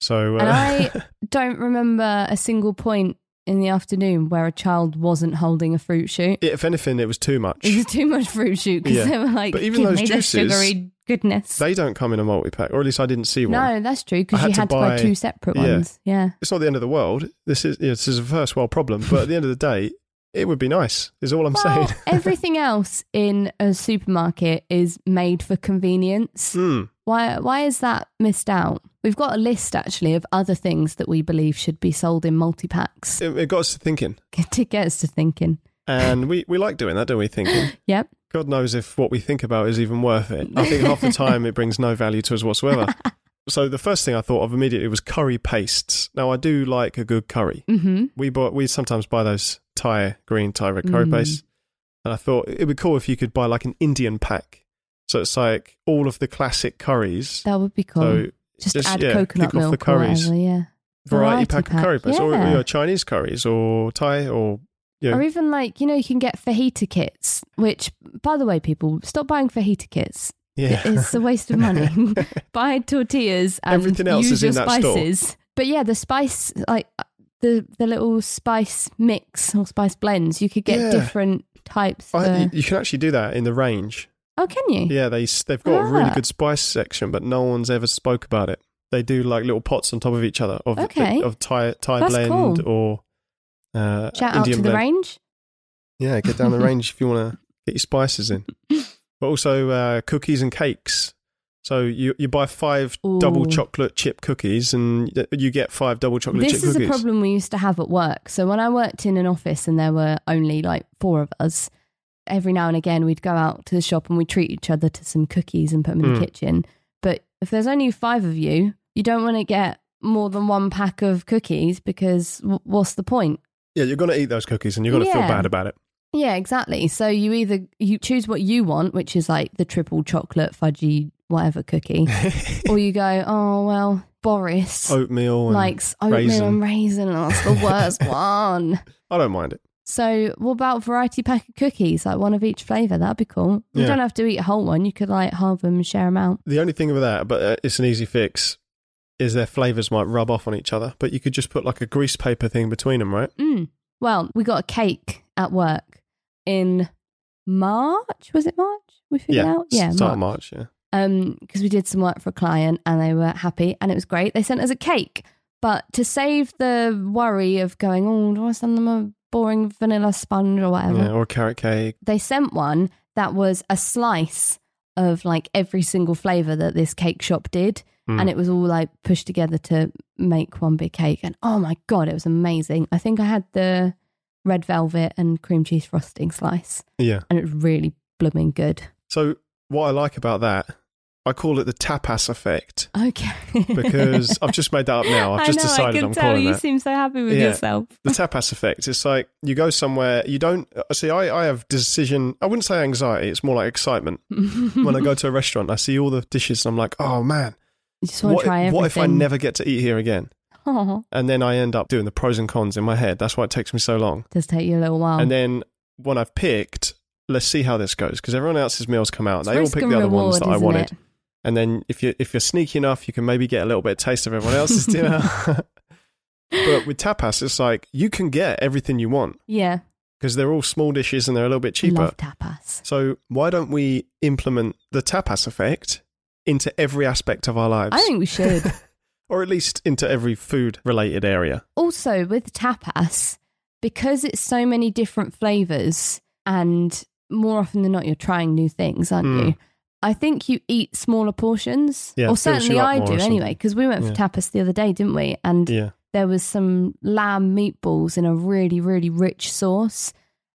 [SPEAKER 2] So uh,
[SPEAKER 1] And I don't remember a single point in the afternoon where a child wasn't holding a fruit shoot.
[SPEAKER 2] *laughs* if anything it was too much.
[SPEAKER 1] It was too much fruit shoot because
[SPEAKER 2] Yeah.
[SPEAKER 1] they were like,
[SPEAKER 2] But even
[SPEAKER 1] give
[SPEAKER 2] those
[SPEAKER 1] me this
[SPEAKER 2] juices,
[SPEAKER 1] sugary goodness.
[SPEAKER 2] They don't come in a multi pack, or at least I didn't see one.
[SPEAKER 1] no, that's true because
[SPEAKER 2] I had
[SPEAKER 1] you
[SPEAKER 2] to
[SPEAKER 1] had to buy,
[SPEAKER 2] buy-
[SPEAKER 1] two separate
[SPEAKER 2] yeah.
[SPEAKER 1] ones. Yeah.
[SPEAKER 2] It's not the end of the world. This is yeah, this is a first world problem, but at the end of the day, it would be nice. Is all *laughs* I'm
[SPEAKER 1] *laughs* Well,
[SPEAKER 2] saying.
[SPEAKER 1] everything else in a supermarket is made for convenience.
[SPEAKER 2] Hmm.
[SPEAKER 1] Why why is that missed out? We've got a list actually of other things that we believe should be sold in multi packs.
[SPEAKER 2] It, it got us to thinking,
[SPEAKER 1] It gets to thinking.
[SPEAKER 2] and we we like doing that, don't we? Thinking.
[SPEAKER 1] *laughs* Yep.
[SPEAKER 2] God knows if what we think about is even worth it. I think
[SPEAKER 1] *laughs*
[SPEAKER 2] half the time it brings no value to us whatsoever. So the first thing I thought of immediately was curry pastes. Now I do like a good curry.
[SPEAKER 1] Mm-hmm.
[SPEAKER 2] We bought we sometimes buy those Thai green Thai red curry
[SPEAKER 1] Mm.
[SPEAKER 2] paste, and I thought it'd be cool if you could buy like an Indian pack. So it's like all of the classic curries.
[SPEAKER 1] That would be cool.
[SPEAKER 2] So
[SPEAKER 1] just,
[SPEAKER 2] just,
[SPEAKER 1] add
[SPEAKER 2] yeah,
[SPEAKER 1] coconut
[SPEAKER 2] kick off the
[SPEAKER 1] milk or
[SPEAKER 2] curries.
[SPEAKER 1] whatever. Yeah.
[SPEAKER 2] variety
[SPEAKER 1] Variety
[SPEAKER 2] pack, of
[SPEAKER 1] pack,
[SPEAKER 2] curry paste, or, or
[SPEAKER 1] yeah.
[SPEAKER 2] you know, Chinese curries, or Thai, or you know,
[SPEAKER 1] Or even like, you know, you can get fajita kits, which, by the way, people, stop buying fajita kits.
[SPEAKER 2] yeah,
[SPEAKER 1] It's a waste of money.
[SPEAKER 2] *laughs*
[SPEAKER 1] Buy tortillas and
[SPEAKER 2] Everything else
[SPEAKER 1] use
[SPEAKER 2] is
[SPEAKER 1] your
[SPEAKER 2] in that store.
[SPEAKER 1] spices. But yeah, the spice, like the, the little spice mix or spice blends, you could get
[SPEAKER 2] Yeah.
[SPEAKER 1] different types. For...
[SPEAKER 2] *laughs* I, you, you can actually do that in the range.
[SPEAKER 1] oh, can you?
[SPEAKER 2] Yeah, they s- they've got a really
[SPEAKER 1] Ah.
[SPEAKER 2] good spice section, but no one's ever spoke about it. They do like little pots on top of each other of the-
[SPEAKER 1] Okay.
[SPEAKER 2] of Thai Thai
[SPEAKER 1] That's
[SPEAKER 2] blend
[SPEAKER 1] cool.
[SPEAKER 2] or uh,
[SPEAKER 1] Shout out
[SPEAKER 2] Indian
[SPEAKER 1] to the
[SPEAKER 2] blend.
[SPEAKER 1] range.
[SPEAKER 2] Yeah, get down the range if
[SPEAKER 1] *laughs*
[SPEAKER 2] you want to get your spices in. But also uh, cookies and cakes. So you you buy five double
[SPEAKER 1] Ooh.
[SPEAKER 2] chocolate chip cookies and y- you get five double chocolate chip
[SPEAKER 1] This is
[SPEAKER 2] cookies.
[SPEAKER 1] a problem we used to have at work. So when I worked in an office and there were only like four of us, every now and again we'd go out to the shop and we'd treat each other to some cookies and put them in
[SPEAKER 2] Hmm.
[SPEAKER 1] the kitchen. But if there's only five of you, you don't want to get more than one pack of cookies because w- what's the point?
[SPEAKER 2] Yeah, you're going to eat those cookies and you're going to feel
[SPEAKER 1] Yeah.
[SPEAKER 2] bad about it.
[SPEAKER 1] Yeah, exactly. So you either you choose what you want, which is like the triple chocolate fudgy whatever
[SPEAKER 2] *laughs*
[SPEAKER 1] cookie, *laughs* or you go, oh well, Boris
[SPEAKER 2] Oatmeal. And
[SPEAKER 1] likes oatmeal
[SPEAKER 2] raisin.
[SPEAKER 1] and raisin, and that's the
[SPEAKER 2] *laughs*
[SPEAKER 1] worst one.
[SPEAKER 2] I don't mind it.
[SPEAKER 1] So, what about variety pack of cookies? Like one of each flavor. That'd be cool. You
[SPEAKER 2] Yeah.
[SPEAKER 1] don't have to eat a whole one. You could like halve them and share them out.
[SPEAKER 2] The only thing with that, but uh, it's an easy fix, is their flavors might rub off on each other. But you could just put like a grease paper thing between them, right?
[SPEAKER 1] Mm. Well, we got a cake at work in March. Was it March? We figured out. Yeah,
[SPEAKER 2] Start of
[SPEAKER 1] March.
[SPEAKER 2] March. Yeah.
[SPEAKER 1] um because we did some work for a client and they were happy and it was great they sent us a cake but to save the worry of going oh do i send them a boring vanilla sponge or whatever
[SPEAKER 2] yeah. Or a carrot cake.
[SPEAKER 1] they sent one that was a slice of like every single flavor that this cake shop did
[SPEAKER 2] Mm.
[SPEAKER 1] and it was all like pushed together to make one big cake and oh my god it was amazing i think i had the red velvet and cream cheese frosting slice
[SPEAKER 2] Yeah.
[SPEAKER 1] and it was really blooming good
[SPEAKER 2] So what I like about that, I call it the
[SPEAKER 1] *laughs*
[SPEAKER 2] tapas effect
[SPEAKER 1] okay *laughs*
[SPEAKER 2] because I've just made that up now. I've just
[SPEAKER 1] I know, I
[SPEAKER 2] decided
[SPEAKER 1] can
[SPEAKER 2] I'm
[SPEAKER 1] tell
[SPEAKER 2] calling
[SPEAKER 1] you
[SPEAKER 2] that.
[SPEAKER 1] seem so happy with
[SPEAKER 2] Yeah. *laughs*
[SPEAKER 1] yourself.
[SPEAKER 2] the tapas effect. It's like you go somewhere, you don't uh, see. I, I have decision. I wouldn't say anxiety. It's more like excitement. when
[SPEAKER 1] *laughs*
[SPEAKER 2] I go to a restaurant, I see all the dishes, and I'm like, oh man,
[SPEAKER 1] you just want to
[SPEAKER 2] what,
[SPEAKER 1] try everything.
[SPEAKER 2] what if I never get to eat here again?
[SPEAKER 1] *laughs* Oh,
[SPEAKER 2] And then I end up doing the pros and cons in my head. That's why it takes me so long.
[SPEAKER 1] Oh. does take you a little while.
[SPEAKER 2] And then when I've picked, let's see how this goes because everyone else's meals come out.
[SPEAKER 1] It's
[SPEAKER 2] They all
[SPEAKER 1] risk
[SPEAKER 2] pick
[SPEAKER 1] and
[SPEAKER 2] the other ones
[SPEAKER 1] reward,
[SPEAKER 2] that I
[SPEAKER 1] isn't
[SPEAKER 2] wanted.
[SPEAKER 1] it?
[SPEAKER 2] And then if you if you're sneaky enough, you can maybe get a little bit of taste of everyone else's dinner.
[SPEAKER 1] *laughs*
[SPEAKER 2] but with tapas, it's like you can get everything you want
[SPEAKER 1] Yeah.
[SPEAKER 2] because they're all small dishes and they're a little bit cheaper.
[SPEAKER 1] Love tapas.
[SPEAKER 2] So why don't we implement the tapas effect into every aspect of our lives,
[SPEAKER 1] I think we should.
[SPEAKER 2] *laughs* or at least into every food related area?
[SPEAKER 1] also with tapas because it's so many different flavors and more often than not you're trying new things aren't
[SPEAKER 2] Mm.
[SPEAKER 1] you i think you eat smaller portions
[SPEAKER 2] Yeah,
[SPEAKER 1] or
[SPEAKER 2] fills you
[SPEAKER 1] certainly
[SPEAKER 2] up
[SPEAKER 1] i
[SPEAKER 2] more
[SPEAKER 1] do
[SPEAKER 2] or something.
[SPEAKER 1] anyway because we went for
[SPEAKER 2] Yeah.
[SPEAKER 1] tapas the other day didn't we and
[SPEAKER 2] Yeah,
[SPEAKER 1] there was some lamb meatballs in a really really rich sauce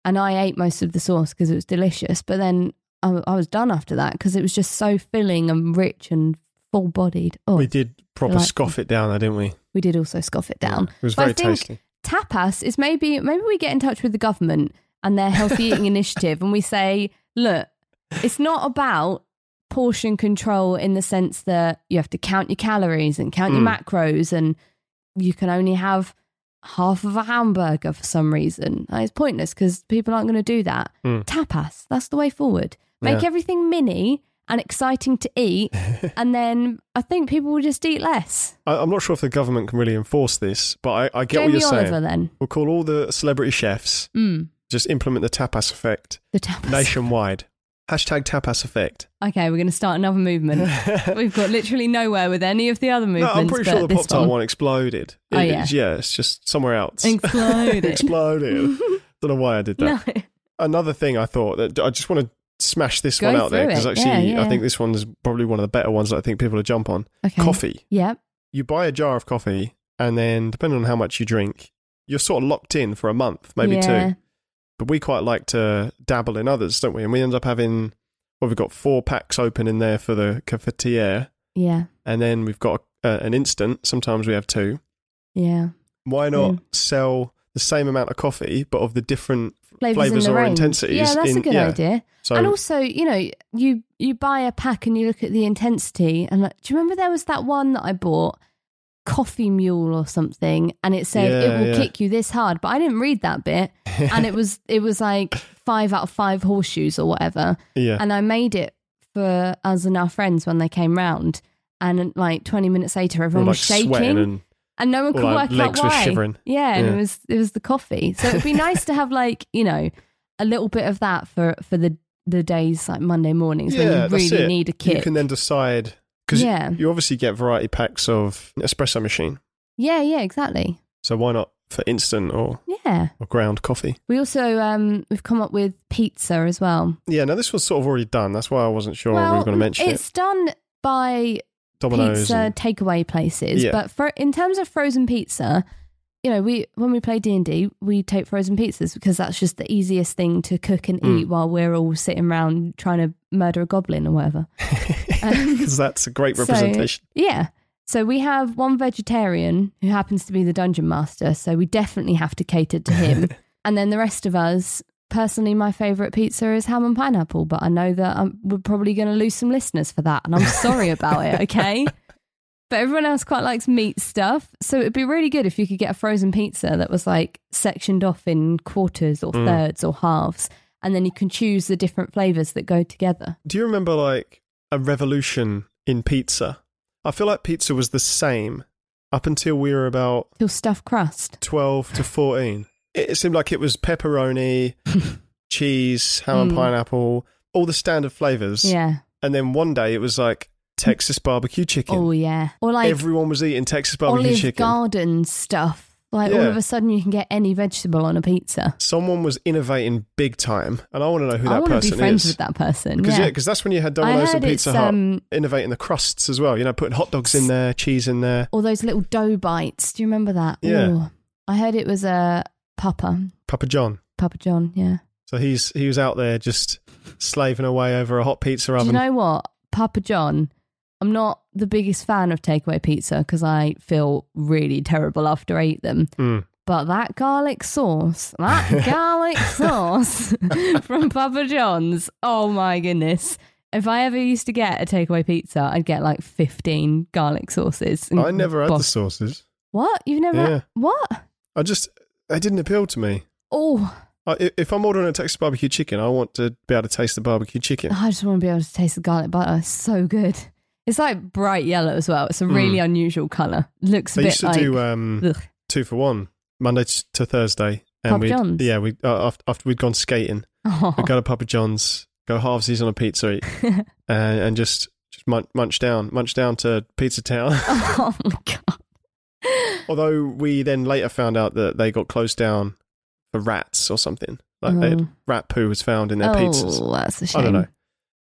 [SPEAKER 1] and i ate most of the sauce because it was delicious but then I, I was done after that because it was just so filling and rich and full bodied oh
[SPEAKER 2] we
[SPEAKER 1] we,
[SPEAKER 2] did proper
[SPEAKER 1] Delightful.
[SPEAKER 2] scoff it down, though, didn't we?
[SPEAKER 1] did also scoff it down
[SPEAKER 2] It was
[SPEAKER 1] Um, But I
[SPEAKER 2] very
[SPEAKER 1] think-
[SPEAKER 2] tasty.
[SPEAKER 1] tapas is maybe maybe we get in touch with the government and their healthy
[SPEAKER 2] *laughs*
[SPEAKER 1] eating initiative and we say look it's not about portion control in the sense that you have to count your calories and count your
[SPEAKER 2] Mm.
[SPEAKER 1] macros and you can only have half of a hamburger for some reason And it's pointless because people aren't going to do that
[SPEAKER 2] Mm.
[SPEAKER 1] tapas that's the way forward make
[SPEAKER 2] Yeah.
[SPEAKER 1] everything mini and exciting to
[SPEAKER 2] *laughs*
[SPEAKER 1] eat and then i think people will just eat less
[SPEAKER 2] I, I'm not sure if the government can really enforce this, but I, I get
[SPEAKER 1] jamie
[SPEAKER 2] what you're
[SPEAKER 1] oliver
[SPEAKER 2] saying.
[SPEAKER 1] then
[SPEAKER 2] We'll call all the celebrity chefs,
[SPEAKER 1] mm,
[SPEAKER 2] just implement the tapas effect
[SPEAKER 1] the tapas
[SPEAKER 2] nationwide. Hashtag tapas effect.
[SPEAKER 1] Okay, we're going to start another
[SPEAKER 2] *laughs*
[SPEAKER 1] movement. We've got literally nowhere with any of the other
[SPEAKER 2] no,
[SPEAKER 1] movements.
[SPEAKER 2] I'm pretty
[SPEAKER 1] but
[SPEAKER 2] sure the
[SPEAKER 1] this
[SPEAKER 2] Pop Tart one.
[SPEAKER 1] one.
[SPEAKER 2] exploded.
[SPEAKER 1] Oh,
[SPEAKER 2] It-
[SPEAKER 1] yeah.
[SPEAKER 2] it's- yeah, it's just somewhere else. *laughs*
[SPEAKER 1] Exploded. *laughs*
[SPEAKER 2] exploded. Don't know why I did that.
[SPEAKER 1] no.
[SPEAKER 2] Another thing I thought that I just want to smash this
[SPEAKER 1] Go
[SPEAKER 2] one out there
[SPEAKER 1] through
[SPEAKER 2] because
[SPEAKER 1] it.
[SPEAKER 2] actually
[SPEAKER 1] Yeah, yeah.
[SPEAKER 2] I think this one's probably one of the better ones that I think people will jump on.
[SPEAKER 1] Okay.
[SPEAKER 2] Coffee.
[SPEAKER 1] Yep.
[SPEAKER 2] You buy a jar of coffee, and then depending on how much you drink, you're sort of locked in for a month, maybe two.
[SPEAKER 1] yeah.
[SPEAKER 2] but we quite like to dabble in others, don't we? And we end up having, well, we've got four packs open in there for the cafetiere,
[SPEAKER 1] Yeah.
[SPEAKER 2] and then we've got uh, an instant. Sometimes we have two.
[SPEAKER 1] Yeah.
[SPEAKER 2] Why not
[SPEAKER 1] Mm.
[SPEAKER 2] sell the same amount of coffee, but of the different?
[SPEAKER 1] Flavors,
[SPEAKER 2] Flavours
[SPEAKER 1] in the
[SPEAKER 2] or
[SPEAKER 1] range.
[SPEAKER 2] intensities
[SPEAKER 1] Yeah, that's a
[SPEAKER 2] in-
[SPEAKER 1] good
[SPEAKER 2] yeah.
[SPEAKER 1] idea.
[SPEAKER 2] So
[SPEAKER 1] and also, you know, you you buy a pack and you look at the intensity and like, do you remember there was that one that I bought, Coffee Mule or something, and it said
[SPEAKER 2] Yeah,
[SPEAKER 1] it will
[SPEAKER 2] yeah.
[SPEAKER 1] kick you this hard, but I didn't read that bit,
[SPEAKER 2] *laughs*
[SPEAKER 1] and it was it was like five out of five horseshoes or whatever.
[SPEAKER 2] yeah,
[SPEAKER 1] *laughs* and I made it for us and our friends when they came round. And like twenty minutes later,
[SPEAKER 2] we're
[SPEAKER 1] everyone
[SPEAKER 2] like
[SPEAKER 1] was shaking,
[SPEAKER 2] sweating
[SPEAKER 1] and,
[SPEAKER 2] and
[SPEAKER 1] no one
[SPEAKER 2] all
[SPEAKER 1] could
[SPEAKER 2] our
[SPEAKER 1] work
[SPEAKER 2] legs
[SPEAKER 1] out
[SPEAKER 2] were
[SPEAKER 1] why.
[SPEAKER 2] shivering.
[SPEAKER 1] Yeah, and it
[SPEAKER 2] Yeah.
[SPEAKER 1] was it was the coffee. So
[SPEAKER 2] *laughs*
[SPEAKER 1] it'd be nice to have like you know a little bit of that for for the the days like Monday mornings
[SPEAKER 2] Yeah,
[SPEAKER 1] when you
[SPEAKER 2] that's
[SPEAKER 1] really
[SPEAKER 2] it.
[SPEAKER 1] need a kick.
[SPEAKER 2] you can then decide because
[SPEAKER 1] Yeah.
[SPEAKER 2] you obviously get variety packs of espresso machine.
[SPEAKER 1] yeah, yeah, exactly.
[SPEAKER 2] So why not for instant or,
[SPEAKER 1] Yeah,
[SPEAKER 2] or ground coffee?
[SPEAKER 1] we also um we've come up with pizza as well.
[SPEAKER 2] Yeah, now this was sort of already done. That's why I wasn't sure
[SPEAKER 1] well,
[SPEAKER 2] Oh,
[SPEAKER 1] mm,
[SPEAKER 2] we were going to mention it.
[SPEAKER 1] it's done by
[SPEAKER 2] Domino's.
[SPEAKER 1] pizza
[SPEAKER 2] and-
[SPEAKER 1] takeaway places.
[SPEAKER 2] Yeah.
[SPEAKER 1] But for in terms of frozen pizza, you know, we when we play D and D, we take frozen pizzas because that's just the easiest thing to cook and
[SPEAKER 2] Mm.
[SPEAKER 1] eat while we're all sitting around trying to murder a goblin or whatever. *laughs*
[SPEAKER 2] *laughs*
[SPEAKER 1] Um,
[SPEAKER 2] because that's a great
[SPEAKER 1] so-
[SPEAKER 2] representation.
[SPEAKER 1] yeah. So we have one vegetarian who happens to be the dungeon master, so we definitely have to cater to
[SPEAKER 2] *laughs*
[SPEAKER 1] him. and then the rest of us. Personally, my favourite pizza is ham and pineapple, but I know that i we're probably going to lose some listeners for that, and I'm sorry about
[SPEAKER 2] *laughs*
[SPEAKER 1] it. Okay, but everyone else quite likes meat stuff, so it'd be really good if you could get a frozen pizza that was like sectioned off in quarters or
[SPEAKER 2] Mm.
[SPEAKER 1] thirds or halves, and then you can choose the different flavours that go together.
[SPEAKER 2] Do you remember like a revolution in pizza? I feel like pizza was the same up until we were about
[SPEAKER 1] Till stuffed crust.
[SPEAKER 2] 12 to 14. It seemed like it
[SPEAKER 1] *laughs*
[SPEAKER 2] was pepperoni, cheese, ham and
[SPEAKER 1] Mm.
[SPEAKER 2] pineapple, all the standard flavors.
[SPEAKER 1] Yeah.
[SPEAKER 2] And then one day it was like Texas barbecue chicken.
[SPEAKER 1] Oh yeah. Or like
[SPEAKER 2] Everyone was eating Texas barbecue
[SPEAKER 1] olive
[SPEAKER 2] chicken.
[SPEAKER 1] garden stuff. Like all
[SPEAKER 2] Yeah.
[SPEAKER 1] of a sudden, you can get any vegetable on a pizza.
[SPEAKER 2] Someone was innovating big time, and I want to know who
[SPEAKER 1] I
[SPEAKER 2] that
[SPEAKER 1] want to
[SPEAKER 2] person
[SPEAKER 1] be friends
[SPEAKER 2] is.
[SPEAKER 1] with that person.
[SPEAKER 2] Because
[SPEAKER 1] Yeah.
[SPEAKER 2] yeah, because that's when you had
[SPEAKER 1] I
[SPEAKER 2] Domino's
[SPEAKER 1] heard
[SPEAKER 2] and
[SPEAKER 1] it's
[SPEAKER 2] Pizza Hut
[SPEAKER 1] um,
[SPEAKER 2] innovating the crusts as well. You know, putting hot dogs in there, cheese in there.
[SPEAKER 1] all those little dough bites. Do you remember that?
[SPEAKER 2] Yeah.
[SPEAKER 1] Ooh. I heard it was a Papa
[SPEAKER 2] Papa John.
[SPEAKER 1] Papa John. Yeah.
[SPEAKER 2] So he's he was out there just slaving away over a hot pizza
[SPEAKER 1] Do
[SPEAKER 2] oven.
[SPEAKER 1] you know what Papa John? I'm not the biggest fan of takeaway pizza because I feel really terrible after I eat them.
[SPEAKER 2] Mm.
[SPEAKER 1] But that garlic sauce,
[SPEAKER 2] *laughs*
[SPEAKER 1] that garlic sauce *laughs* from Papa John's, oh my goodness. If I ever used to get a takeaway pizza, I'd get like 15 garlic sauces. and
[SPEAKER 2] I never had the
[SPEAKER 1] bos-
[SPEAKER 2] sauces.
[SPEAKER 1] What? You've never had-
[SPEAKER 2] Yeah.
[SPEAKER 1] What?
[SPEAKER 2] I just they didn't appeal to me.
[SPEAKER 1] Oh,
[SPEAKER 2] I, i- if I'm ordering a Texas barbecue chicken, I want to be able to taste the barbecue chicken.
[SPEAKER 1] I just want to be able to taste the garlic butter. It's so good. It's like bright yellow as well. It's a really unusual color. Looks a
[SPEAKER 2] Hmm. They
[SPEAKER 1] bit
[SPEAKER 2] used to
[SPEAKER 1] like *laughs*
[SPEAKER 2] do um,
[SPEAKER 1] ugh.
[SPEAKER 2] two for one, Monday t- to Thursday,
[SPEAKER 1] Papa
[SPEAKER 2] we
[SPEAKER 1] John's?
[SPEAKER 2] yeah we uh, after, after we'd gone skating,
[SPEAKER 1] Oh,
[SPEAKER 2] we'd go to Papa John's, go halvesies on a pizza eat, and, and just just munch, munch down, munch down to Pizza
[SPEAKER 1] *laughs*
[SPEAKER 2] Town. *laughs*
[SPEAKER 1] oh my god!
[SPEAKER 2] Although we then later found out that they got closed down for rats or something. Like they
[SPEAKER 1] Oh.
[SPEAKER 2] had rat poo was found in their
[SPEAKER 1] oh,
[SPEAKER 2] pizzas.
[SPEAKER 1] that's a shame.
[SPEAKER 2] I don't know.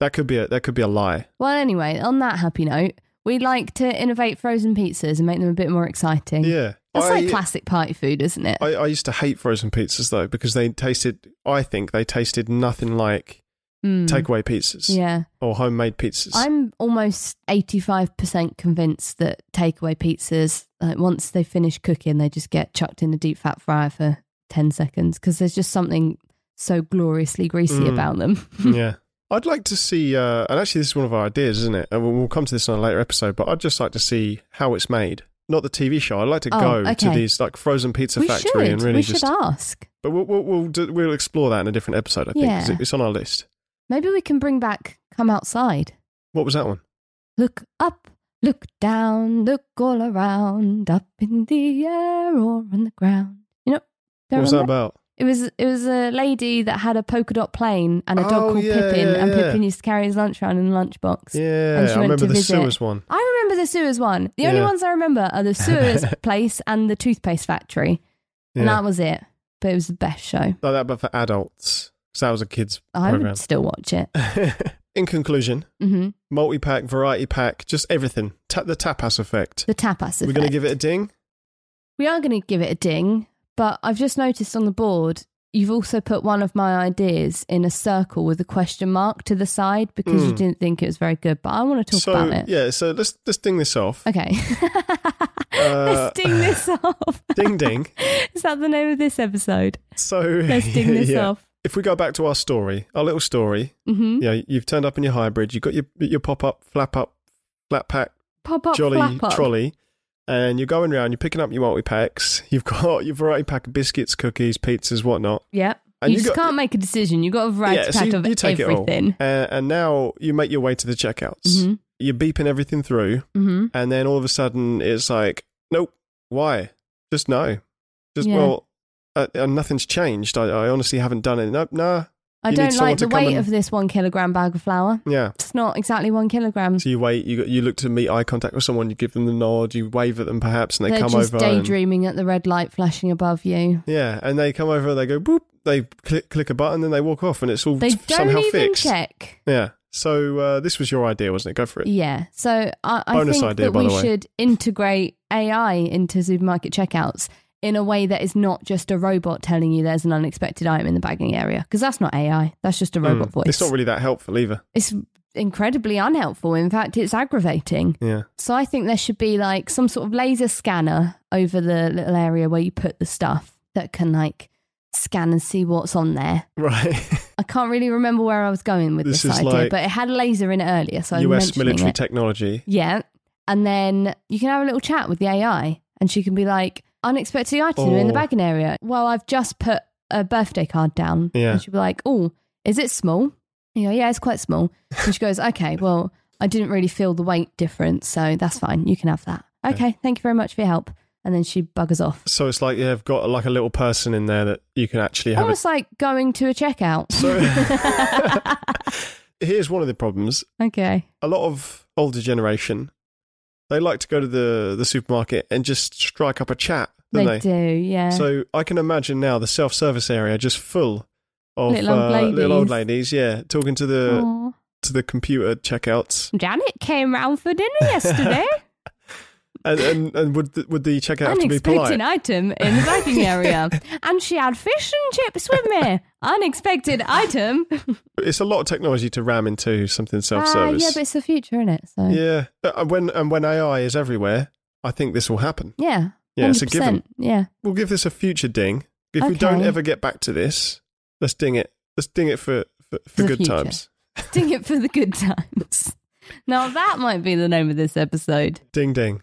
[SPEAKER 2] That could be a that could be a lie.
[SPEAKER 1] Well, anyway, on that happy note, we like to innovate frozen pizzas and make them a bit more exciting.
[SPEAKER 2] Yeah.
[SPEAKER 1] That's
[SPEAKER 2] I,
[SPEAKER 1] like classic party food, isn't it?
[SPEAKER 2] I, I used to hate frozen pizzas though because they tasted I think they tasted nothing like
[SPEAKER 1] Mm,
[SPEAKER 2] takeaway pizzas
[SPEAKER 1] yeah.
[SPEAKER 2] or homemade pizzas.
[SPEAKER 1] I'm almost 85% convinced that takeaway pizzas, like once they finish cooking, they just get chucked in a deep fat fryer for 10 seconds because there's just something so gloriously greasy
[SPEAKER 2] *laughs* Mm.
[SPEAKER 1] about them.
[SPEAKER 2] *laughs* yeah. I'd like to see, uh, and actually, this is one of our ideas, isn't it? And we'll we'll come to this on a later episode, but I'd just like to see how it's made. Not the TV show. I'd like to
[SPEAKER 1] Oh,
[SPEAKER 2] go to
[SPEAKER 1] okay.
[SPEAKER 2] these like frozen pizza
[SPEAKER 1] we
[SPEAKER 2] factory
[SPEAKER 1] should.
[SPEAKER 2] and really
[SPEAKER 1] we
[SPEAKER 2] just
[SPEAKER 1] should ask.
[SPEAKER 2] But we'll we'll we'll, do, we'll explore that in a different episode. I think 'cause
[SPEAKER 1] Yeah.
[SPEAKER 2] it- it's on our list.
[SPEAKER 1] Maybe we can bring back Come Outside.
[SPEAKER 2] What was that one?
[SPEAKER 1] Look up, look down, look all around, up in the air or on the ground. You know, don't
[SPEAKER 2] what was that
[SPEAKER 1] remember?
[SPEAKER 2] about?
[SPEAKER 1] It was it was a lady that had a polka dot plane and a dog
[SPEAKER 2] Oh,
[SPEAKER 1] called
[SPEAKER 2] yeah,
[SPEAKER 1] Pippin,
[SPEAKER 2] yeah,
[SPEAKER 1] and
[SPEAKER 2] yeah.
[SPEAKER 1] Pippin used to carry his lunch around in a lunchbox.
[SPEAKER 2] Yeah,
[SPEAKER 1] And she
[SPEAKER 2] I
[SPEAKER 1] went
[SPEAKER 2] remember
[SPEAKER 1] to
[SPEAKER 2] the
[SPEAKER 1] visit.
[SPEAKER 2] sewers one.
[SPEAKER 1] I remember the sewers one. The only
[SPEAKER 2] Yeah.
[SPEAKER 1] ones I remember are the
[SPEAKER 2] *laughs*
[SPEAKER 1] sewers place and the toothpaste factory,
[SPEAKER 2] Yeah.
[SPEAKER 1] and that was it. But it was the best show.
[SPEAKER 2] Like that, but for adults. So that was a kids
[SPEAKER 1] I
[SPEAKER 2] program.
[SPEAKER 1] would still watch it.
[SPEAKER 2] *laughs* in conclusion,
[SPEAKER 1] hmm
[SPEAKER 2] multi pack, variety pack, just everything. Ta- the tapas effect.
[SPEAKER 1] The tapas.
[SPEAKER 2] We're going
[SPEAKER 1] effect.
[SPEAKER 2] to give it a ding.
[SPEAKER 1] We are going to give it a ding, but I've just noticed on the board you've also put one of my ideas in a circle with a question mark to the side because you
[SPEAKER 2] Mm.
[SPEAKER 1] didn't think it was very good. But I want to talk
[SPEAKER 2] so
[SPEAKER 1] about it.
[SPEAKER 2] yeah, so let's let's ding this off.
[SPEAKER 1] Okay. *laughs*
[SPEAKER 2] Uh,
[SPEAKER 1] Let's ding
[SPEAKER 2] *sighs*
[SPEAKER 1] this off.
[SPEAKER 2] Ding ding.
[SPEAKER 1] *laughs* Is that the name of this episode?
[SPEAKER 2] So
[SPEAKER 1] Let's ding this
[SPEAKER 2] *laughs* yeah.
[SPEAKER 1] off.
[SPEAKER 2] If we go back to our story, our little story.
[SPEAKER 1] hmm
[SPEAKER 2] Yeah, you've turned up in your hybrid. You've got your your pop up, flap up, flat pack
[SPEAKER 1] Pop up,
[SPEAKER 2] jolly
[SPEAKER 1] flap up.
[SPEAKER 2] trolley, and you're going around, you're picking up your multi packs, *laughs* you've got your variety pack of biscuits, cookies, pizzas, whatnot.
[SPEAKER 1] Yep.
[SPEAKER 2] And
[SPEAKER 1] you,
[SPEAKER 2] you
[SPEAKER 1] just
[SPEAKER 2] got-
[SPEAKER 1] can't make a decision. You've got a variety
[SPEAKER 2] yeah, so
[SPEAKER 1] pack
[SPEAKER 2] you,
[SPEAKER 1] of
[SPEAKER 2] you take
[SPEAKER 1] everything.
[SPEAKER 2] it all. Uh, and now you make your way to the checkouts.
[SPEAKER 1] Mm-hmm.
[SPEAKER 2] You're beeping everything through,
[SPEAKER 1] hmm
[SPEAKER 2] and then all of a sudden it's like, nope, why? Just no. Just,
[SPEAKER 1] Yeah.
[SPEAKER 2] well, uh, uh, nothing's changed. I, I honestly haven't done it. Nope, nah.
[SPEAKER 1] I
[SPEAKER 2] You need
[SPEAKER 1] don't
[SPEAKER 2] someone
[SPEAKER 1] like
[SPEAKER 2] to
[SPEAKER 1] the
[SPEAKER 2] come
[SPEAKER 1] weight
[SPEAKER 2] and-
[SPEAKER 1] of this one kilogram bag of flour.
[SPEAKER 2] Yeah.
[SPEAKER 1] It's not exactly one kilogram.
[SPEAKER 2] So you wait, you, you look to meet eye contact with someone, you give them the nod, you wave at them perhaps, and they
[SPEAKER 1] They're
[SPEAKER 2] come
[SPEAKER 1] just
[SPEAKER 2] over. and-
[SPEAKER 1] daydreaming at the red light flashing above you.
[SPEAKER 2] Yeah, and they come over and they go boop. They click click a button and they walk off, and it's all
[SPEAKER 1] They
[SPEAKER 2] s-
[SPEAKER 1] don't
[SPEAKER 2] somehow
[SPEAKER 1] even
[SPEAKER 2] fixed.
[SPEAKER 1] check.
[SPEAKER 2] Yeah. So uh, this was your idea, wasn't it? Go for it.
[SPEAKER 1] Yeah. So I, I
[SPEAKER 2] Bonus
[SPEAKER 1] think
[SPEAKER 2] idea,
[SPEAKER 1] that
[SPEAKER 2] by
[SPEAKER 1] we
[SPEAKER 2] the way.
[SPEAKER 1] should integrate AI into supermarket checkouts in a way that is not just a robot telling you there's an unexpected item in the bagging area. Because that's not AI. That's just a robot
[SPEAKER 2] Mm.
[SPEAKER 1] voice.
[SPEAKER 2] It's not really that helpful either.
[SPEAKER 1] it's incredibly unhelpful. In fact, it's aggravating.
[SPEAKER 2] Yeah. *laughs*
[SPEAKER 1] So I think there should be like some sort of laser scanner over the little area where you put the stuff that can like scan and see what's on there.
[SPEAKER 2] Right.
[SPEAKER 1] I can't really remember where I was going with
[SPEAKER 2] This
[SPEAKER 1] this,
[SPEAKER 2] is
[SPEAKER 1] idea,
[SPEAKER 2] like
[SPEAKER 1] but it had a laser in it earlier, so I'm
[SPEAKER 2] U.S.
[SPEAKER 1] mentioning
[SPEAKER 2] military
[SPEAKER 1] it.
[SPEAKER 2] technology.
[SPEAKER 1] yeah, and then you can have a little chat with the AI, and she can be like, "Unexpected item in the
[SPEAKER 2] Oh.
[SPEAKER 1] bagging area." Well, I've just put a birthday card down,
[SPEAKER 2] Yeah.
[SPEAKER 1] and she'll be like, "Oh, is it small?" You go, "Yeah, it's quite small." And she goes, "Okay, well, I didn't really feel the weight difference, so that's fine. You can have that." Okay, thank you very much for your help. And then she buggers off,
[SPEAKER 2] So it's like you've got like a little person in there that you can actually have.
[SPEAKER 1] almost like going to a checkout. Oh,
[SPEAKER 2] *laughs*
[SPEAKER 1] *laughs*
[SPEAKER 2] a- Here's one of the problems.
[SPEAKER 1] okay.
[SPEAKER 2] A lot of older generation, they like to go to the the supermarket and just strike up a chat, don't they?
[SPEAKER 1] They, do, yeah.
[SPEAKER 2] So I can imagine now the self service area just full of
[SPEAKER 1] Little old
[SPEAKER 2] uh, little old
[SPEAKER 1] ladies. Oh.
[SPEAKER 2] ladies, yeah, talking to the
[SPEAKER 1] Aw.
[SPEAKER 2] to the computer checkouts,
[SPEAKER 1] Janet came round for dinner
[SPEAKER 2] *laughs*
[SPEAKER 1] yesterday.
[SPEAKER 2] and and, and would the, would the checkout *laughs* have to be polite?
[SPEAKER 1] Unexpected item in the
[SPEAKER 2] *laughs*
[SPEAKER 1] baking area. And she had fish and chips with me. Unexpected item.
[SPEAKER 2] It's a lot of technology to ram into something self
[SPEAKER 1] Uh,
[SPEAKER 2] service.
[SPEAKER 1] yeah, but it's the future, isn't it? So
[SPEAKER 2] yeah, Uh, and when and when AI is everywhere, I think this will happen.
[SPEAKER 1] yeah.
[SPEAKER 2] Yeah, it's a
[SPEAKER 1] 100%.
[SPEAKER 2] given.
[SPEAKER 1] Yeah.
[SPEAKER 2] We'll give this a future ding. If we don't
[SPEAKER 1] Okay.
[SPEAKER 2] ever get back to this, let's ding it. Let's ding it for for, for
[SPEAKER 1] the
[SPEAKER 2] good
[SPEAKER 1] future.
[SPEAKER 2] times.
[SPEAKER 1] Ding it for the good times. *laughs* Now that might be the name of this episode.
[SPEAKER 2] Ding ding.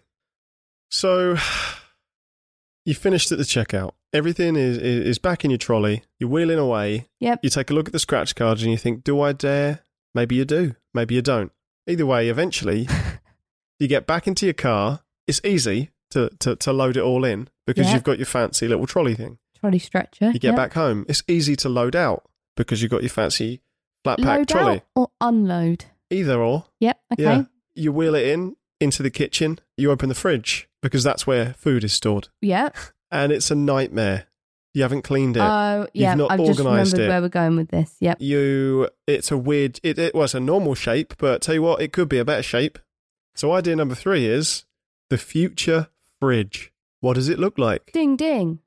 [SPEAKER 2] So, *sighs* You finished at the checkout. Everything is, is, is back in your trolley. You're wheeling away.
[SPEAKER 1] Yep.
[SPEAKER 2] You take a look at the scratch cards and you think, do I dare? Maybe you do. Maybe you don't. Either way,
[SPEAKER 1] *laughs*
[SPEAKER 2] eventually, you get back into your car. It's easy to, to, to load it all in because
[SPEAKER 1] Yeah.
[SPEAKER 2] you've got your fancy little trolley thing.
[SPEAKER 1] Trolley stretcher.
[SPEAKER 2] You get
[SPEAKER 1] yep.
[SPEAKER 2] back home. It's easy to load out because you've got your fancy flat pack
[SPEAKER 1] Load
[SPEAKER 2] trolley.
[SPEAKER 1] out or unload.
[SPEAKER 2] Either or.
[SPEAKER 1] Yep. Okay.
[SPEAKER 2] Yeah. You wheel it in into the kitchen. You open the fridge because that's where food is stored.
[SPEAKER 1] Yep.
[SPEAKER 2] And it's a nightmare. You haven't cleaned
[SPEAKER 1] Oh,
[SPEAKER 2] it.
[SPEAKER 1] yeah.
[SPEAKER 2] not
[SPEAKER 1] I've just
[SPEAKER 2] organised
[SPEAKER 1] remembered
[SPEAKER 2] it.
[SPEAKER 1] where we're going with this. Yep.
[SPEAKER 2] you it's a weird it, it was a normal shape but tell you what it could be a better shape so idea number three is the future fridge what does it look like
[SPEAKER 1] Ding ding.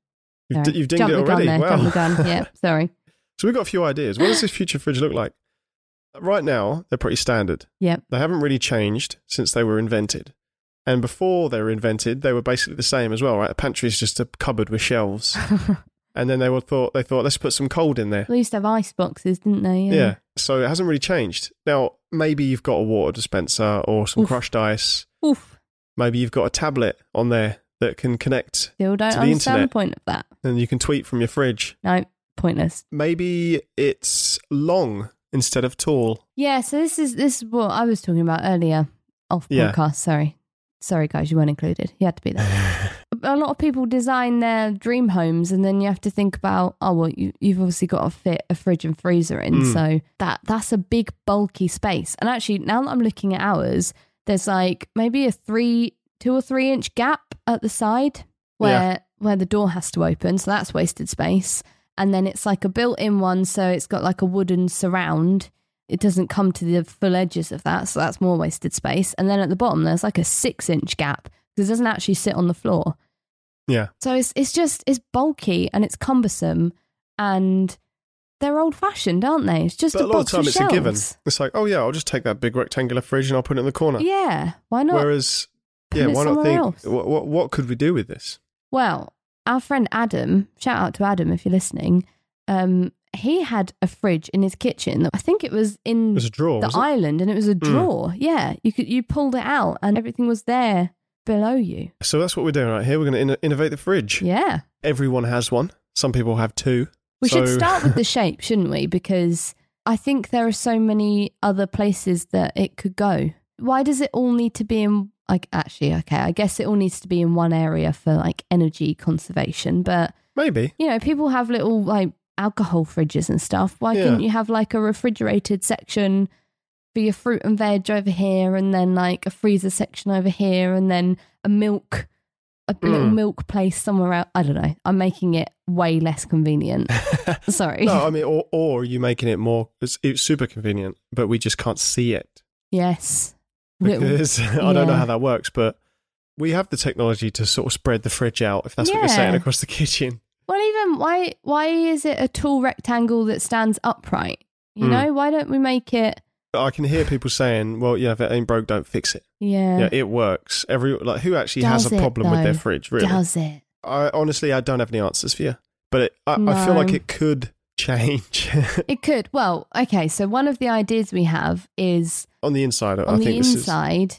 [SPEAKER 2] you've, d-
[SPEAKER 1] Sorry.
[SPEAKER 2] you've dinged
[SPEAKER 1] Jumped
[SPEAKER 2] it
[SPEAKER 1] the gun
[SPEAKER 2] already
[SPEAKER 1] there. Jumped
[SPEAKER 2] wow
[SPEAKER 1] the gun. Yep. Sorry.
[SPEAKER 2] so we've got a few ideas what does this future fridge look like right now they're pretty standard *laughs*
[SPEAKER 1] Yep.
[SPEAKER 2] they haven't really changed since they were invented and before they were invented they were basically the same as well right a pantry is just a cupboard with shelves and then they were thought they thought let's put some cold in there
[SPEAKER 1] They used to have ice boxes, didn't they?
[SPEAKER 2] Yeah. So it hasn't really changed. Now, maybe you've got a water dispenser or some
[SPEAKER 1] Oof.
[SPEAKER 2] crushed ice.
[SPEAKER 1] Oof.
[SPEAKER 2] Maybe you've got a tablet on there that can connect
[SPEAKER 1] Still don't
[SPEAKER 2] To the
[SPEAKER 1] understand the
[SPEAKER 2] internet.
[SPEAKER 1] point of that.
[SPEAKER 2] and you can tweet from your fridge.
[SPEAKER 1] No. Pointless.
[SPEAKER 2] Maybe it's long instead of tall.
[SPEAKER 1] Yeah. So this is this is what I was talking about earlier off
[SPEAKER 2] Yeah.
[SPEAKER 1] podcast. Sorry. Sorry, guys. You weren't included. You had to be there.
[SPEAKER 2] *laughs*
[SPEAKER 1] a lot of people design their dream homes and then you have to think about oh well you, you've obviously got to fit a fridge and freezer in
[SPEAKER 2] Mm.
[SPEAKER 1] so that that's a big bulky space and actually now that i'm looking at ours there's like maybe a three two or three inch gap at the side where where the door has to open so that's wasted space and then it's like a built-in one so it's got like a wooden surround it doesn't come to the full edges of that so that's more wasted space and then at the bottom there's like a six inch gap because it doesn't actually sit on the floor
[SPEAKER 2] Yeah.
[SPEAKER 1] so it's it's just it's bulky and it's cumbersome and they're old fashioned, aren't they? It's just
[SPEAKER 2] but
[SPEAKER 1] a
[SPEAKER 2] a lot of
[SPEAKER 1] box
[SPEAKER 2] time it's a given.
[SPEAKER 1] shelves.
[SPEAKER 2] It's like, oh, yeah, I'll just take that big rectangular fridge and I'll put it in the corner.
[SPEAKER 1] Yeah, why not?
[SPEAKER 2] Whereas,
[SPEAKER 1] Put
[SPEAKER 2] yeah,
[SPEAKER 1] it
[SPEAKER 2] why not
[SPEAKER 1] somewhere
[SPEAKER 2] think,
[SPEAKER 1] else.
[SPEAKER 2] what, what, what could we do with this?
[SPEAKER 1] well, our friend Adam, shout out to Adam if you're listening. Um, he had a fridge in his kitchen. That I think it was in
[SPEAKER 2] There's a drawer.
[SPEAKER 1] Mm. the
[SPEAKER 2] wasn't it? Hmm.
[SPEAKER 1] island, and it was a drawer. Yeah, you could you pulled it out, and everything was there below you.
[SPEAKER 2] so that's what we're doing right here. We're going to innovate the fridge.
[SPEAKER 1] Yeah.
[SPEAKER 2] Everyone has one. Some people have two.
[SPEAKER 1] We
[SPEAKER 2] So-
[SPEAKER 1] should start with the shape, shouldn't we? Because I think there are so many other places that it could go. Why does it all need to be in like actually okay, I guess it all needs to be in one area for like energy conservation, but
[SPEAKER 2] *laughs*
[SPEAKER 1] *laughs*
[SPEAKER 2] Maybe.
[SPEAKER 1] you know, people have little like alcohol fridges and stuff. Why
[SPEAKER 2] Yeah.
[SPEAKER 1] couldn't you have like a refrigerated section for your fruit and veg over here and then like a freezer section over here and then a milk a little
[SPEAKER 2] Mm.
[SPEAKER 1] milk place somewhere else. I don't know. I'm making it way less convenient.
[SPEAKER 2] *laughs*
[SPEAKER 1] Sorry.
[SPEAKER 2] No, I mean, or, or you making it more, it's, it's super convenient, but we just can't see it.
[SPEAKER 1] Yes. Little-
[SPEAKER 2] Because *laughs* I don't know
[SPEAKER 1] yeah.
[SPEAKER 2] how that works, but we have the technology to sort of spread the fridge out, if that's what you're saying,
[SPEAKER 1] Yeah.
[SPEAKER 2] across the kitchen.
[SPEAKER 1] Well, even why why is it a tall rectangle that stands upright? You
[SPEAKER 2] Mm.
[SPEAKER 1] know, why don't we make it?
[SPEAKER 2] But I can hear people saying, well, yeah, if it ain't broke, don't fix it.
[SPEAKER 1] Yeah,
[SPEAKER 2] Yeah, it works. Every Like, who actually has
[SPEAKER 1] Does
[SPEAKER 2] a
[SPEAKER 1] it,
[SPEAKER 2] problem with their
[SPEAKER 1] though?
[SPEAKER 2] fridge, really?
[SPEAKER 1] does it?
[SPEAKER 2] I Honestly, I don't have any answers for you, but it, I, I feel
[SPEAKER 1] No.
[SPEAKER 2] like it could *laughs* change
[SPEAKER 1] It could. Well, okay. So one of the ideas we have is
[SPEAKER 2] on the inside. I
[SPEAKER 1] on the
[SPEAKER 2] think this is.
[SPEAKER 1] inside.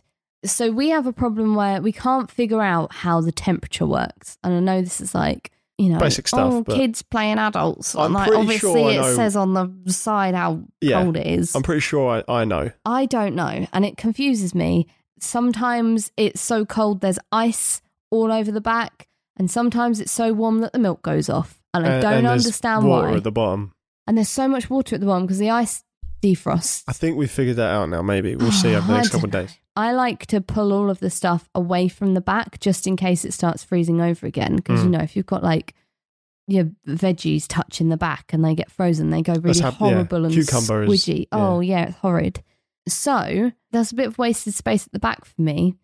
[SPEAKER 1] So we have a problem where we can't figure out how the temperature works, and I know this is like you know
[SPEAKER 2] Basic stuff,
[SPEAKER 1] Oh,
[SPEAKER 2] but-
[SPEAKER 1] kids playing adults.
[SPEAKER 2] I'm
[SPEAKER 1] and like
[SPEAKER 2] pretty
[SPEAKER 1] obviously
[SPEAKER 2] sure I
[SPEAKER 1] it
[SPEAKER 2] know-
[SPEAKER 1] says on the side how
[SPEAKER 2] Yeah.
[SPEAKER 1] cold it is.
[SPEAKER 2] I'm pretty sure I, I know.
[SPEAKER 1] I don't know, and it confuses me. Sometimes it's so cold there's ice all over the back, and sometimes it's so warm that the milk goes off, and I
[SPEAKER 2] And-
[SPEAKER 1] don't
[SPEAKER 2] and there's
[SPEAKER 1] understand
[SPEAKER 2] water
[SPEAKER 1] why.
[SPEAKER 2] at the bottom.
[SPEAKER 1] and there's so much water at the bottom because the ice defrosts.
[SPEAKER 2] I think we've figured that out now. Maybe
[SPEAKER 1] *sighs*
[SPEAKER 2] we'll see over the
[SPEAKER 1] I
[SPEAKER 2] next couple of
[SPEAKER 1] don't
[SPEAKER 2] days.
[SPEAKER 1] I like to pull all of the stuff away from the back just in case it starts freezing over again. Because
[SPEAKER 2] Mm.
[SPEAKER 1] you know, if you've got like your veggies touching the back and they get frozen, they go really
[SPEAKER 2] hap- yeah.
[SPEAKER 1] horrible and
[SPEAKER 2] Cucumber is-
[SPEAKER 1] squidgy.
[SPEAKER 2] yeah.
[SPEAKER 1] Oh yeah, it's horrid. So there's a bit of wasted space at the back for me.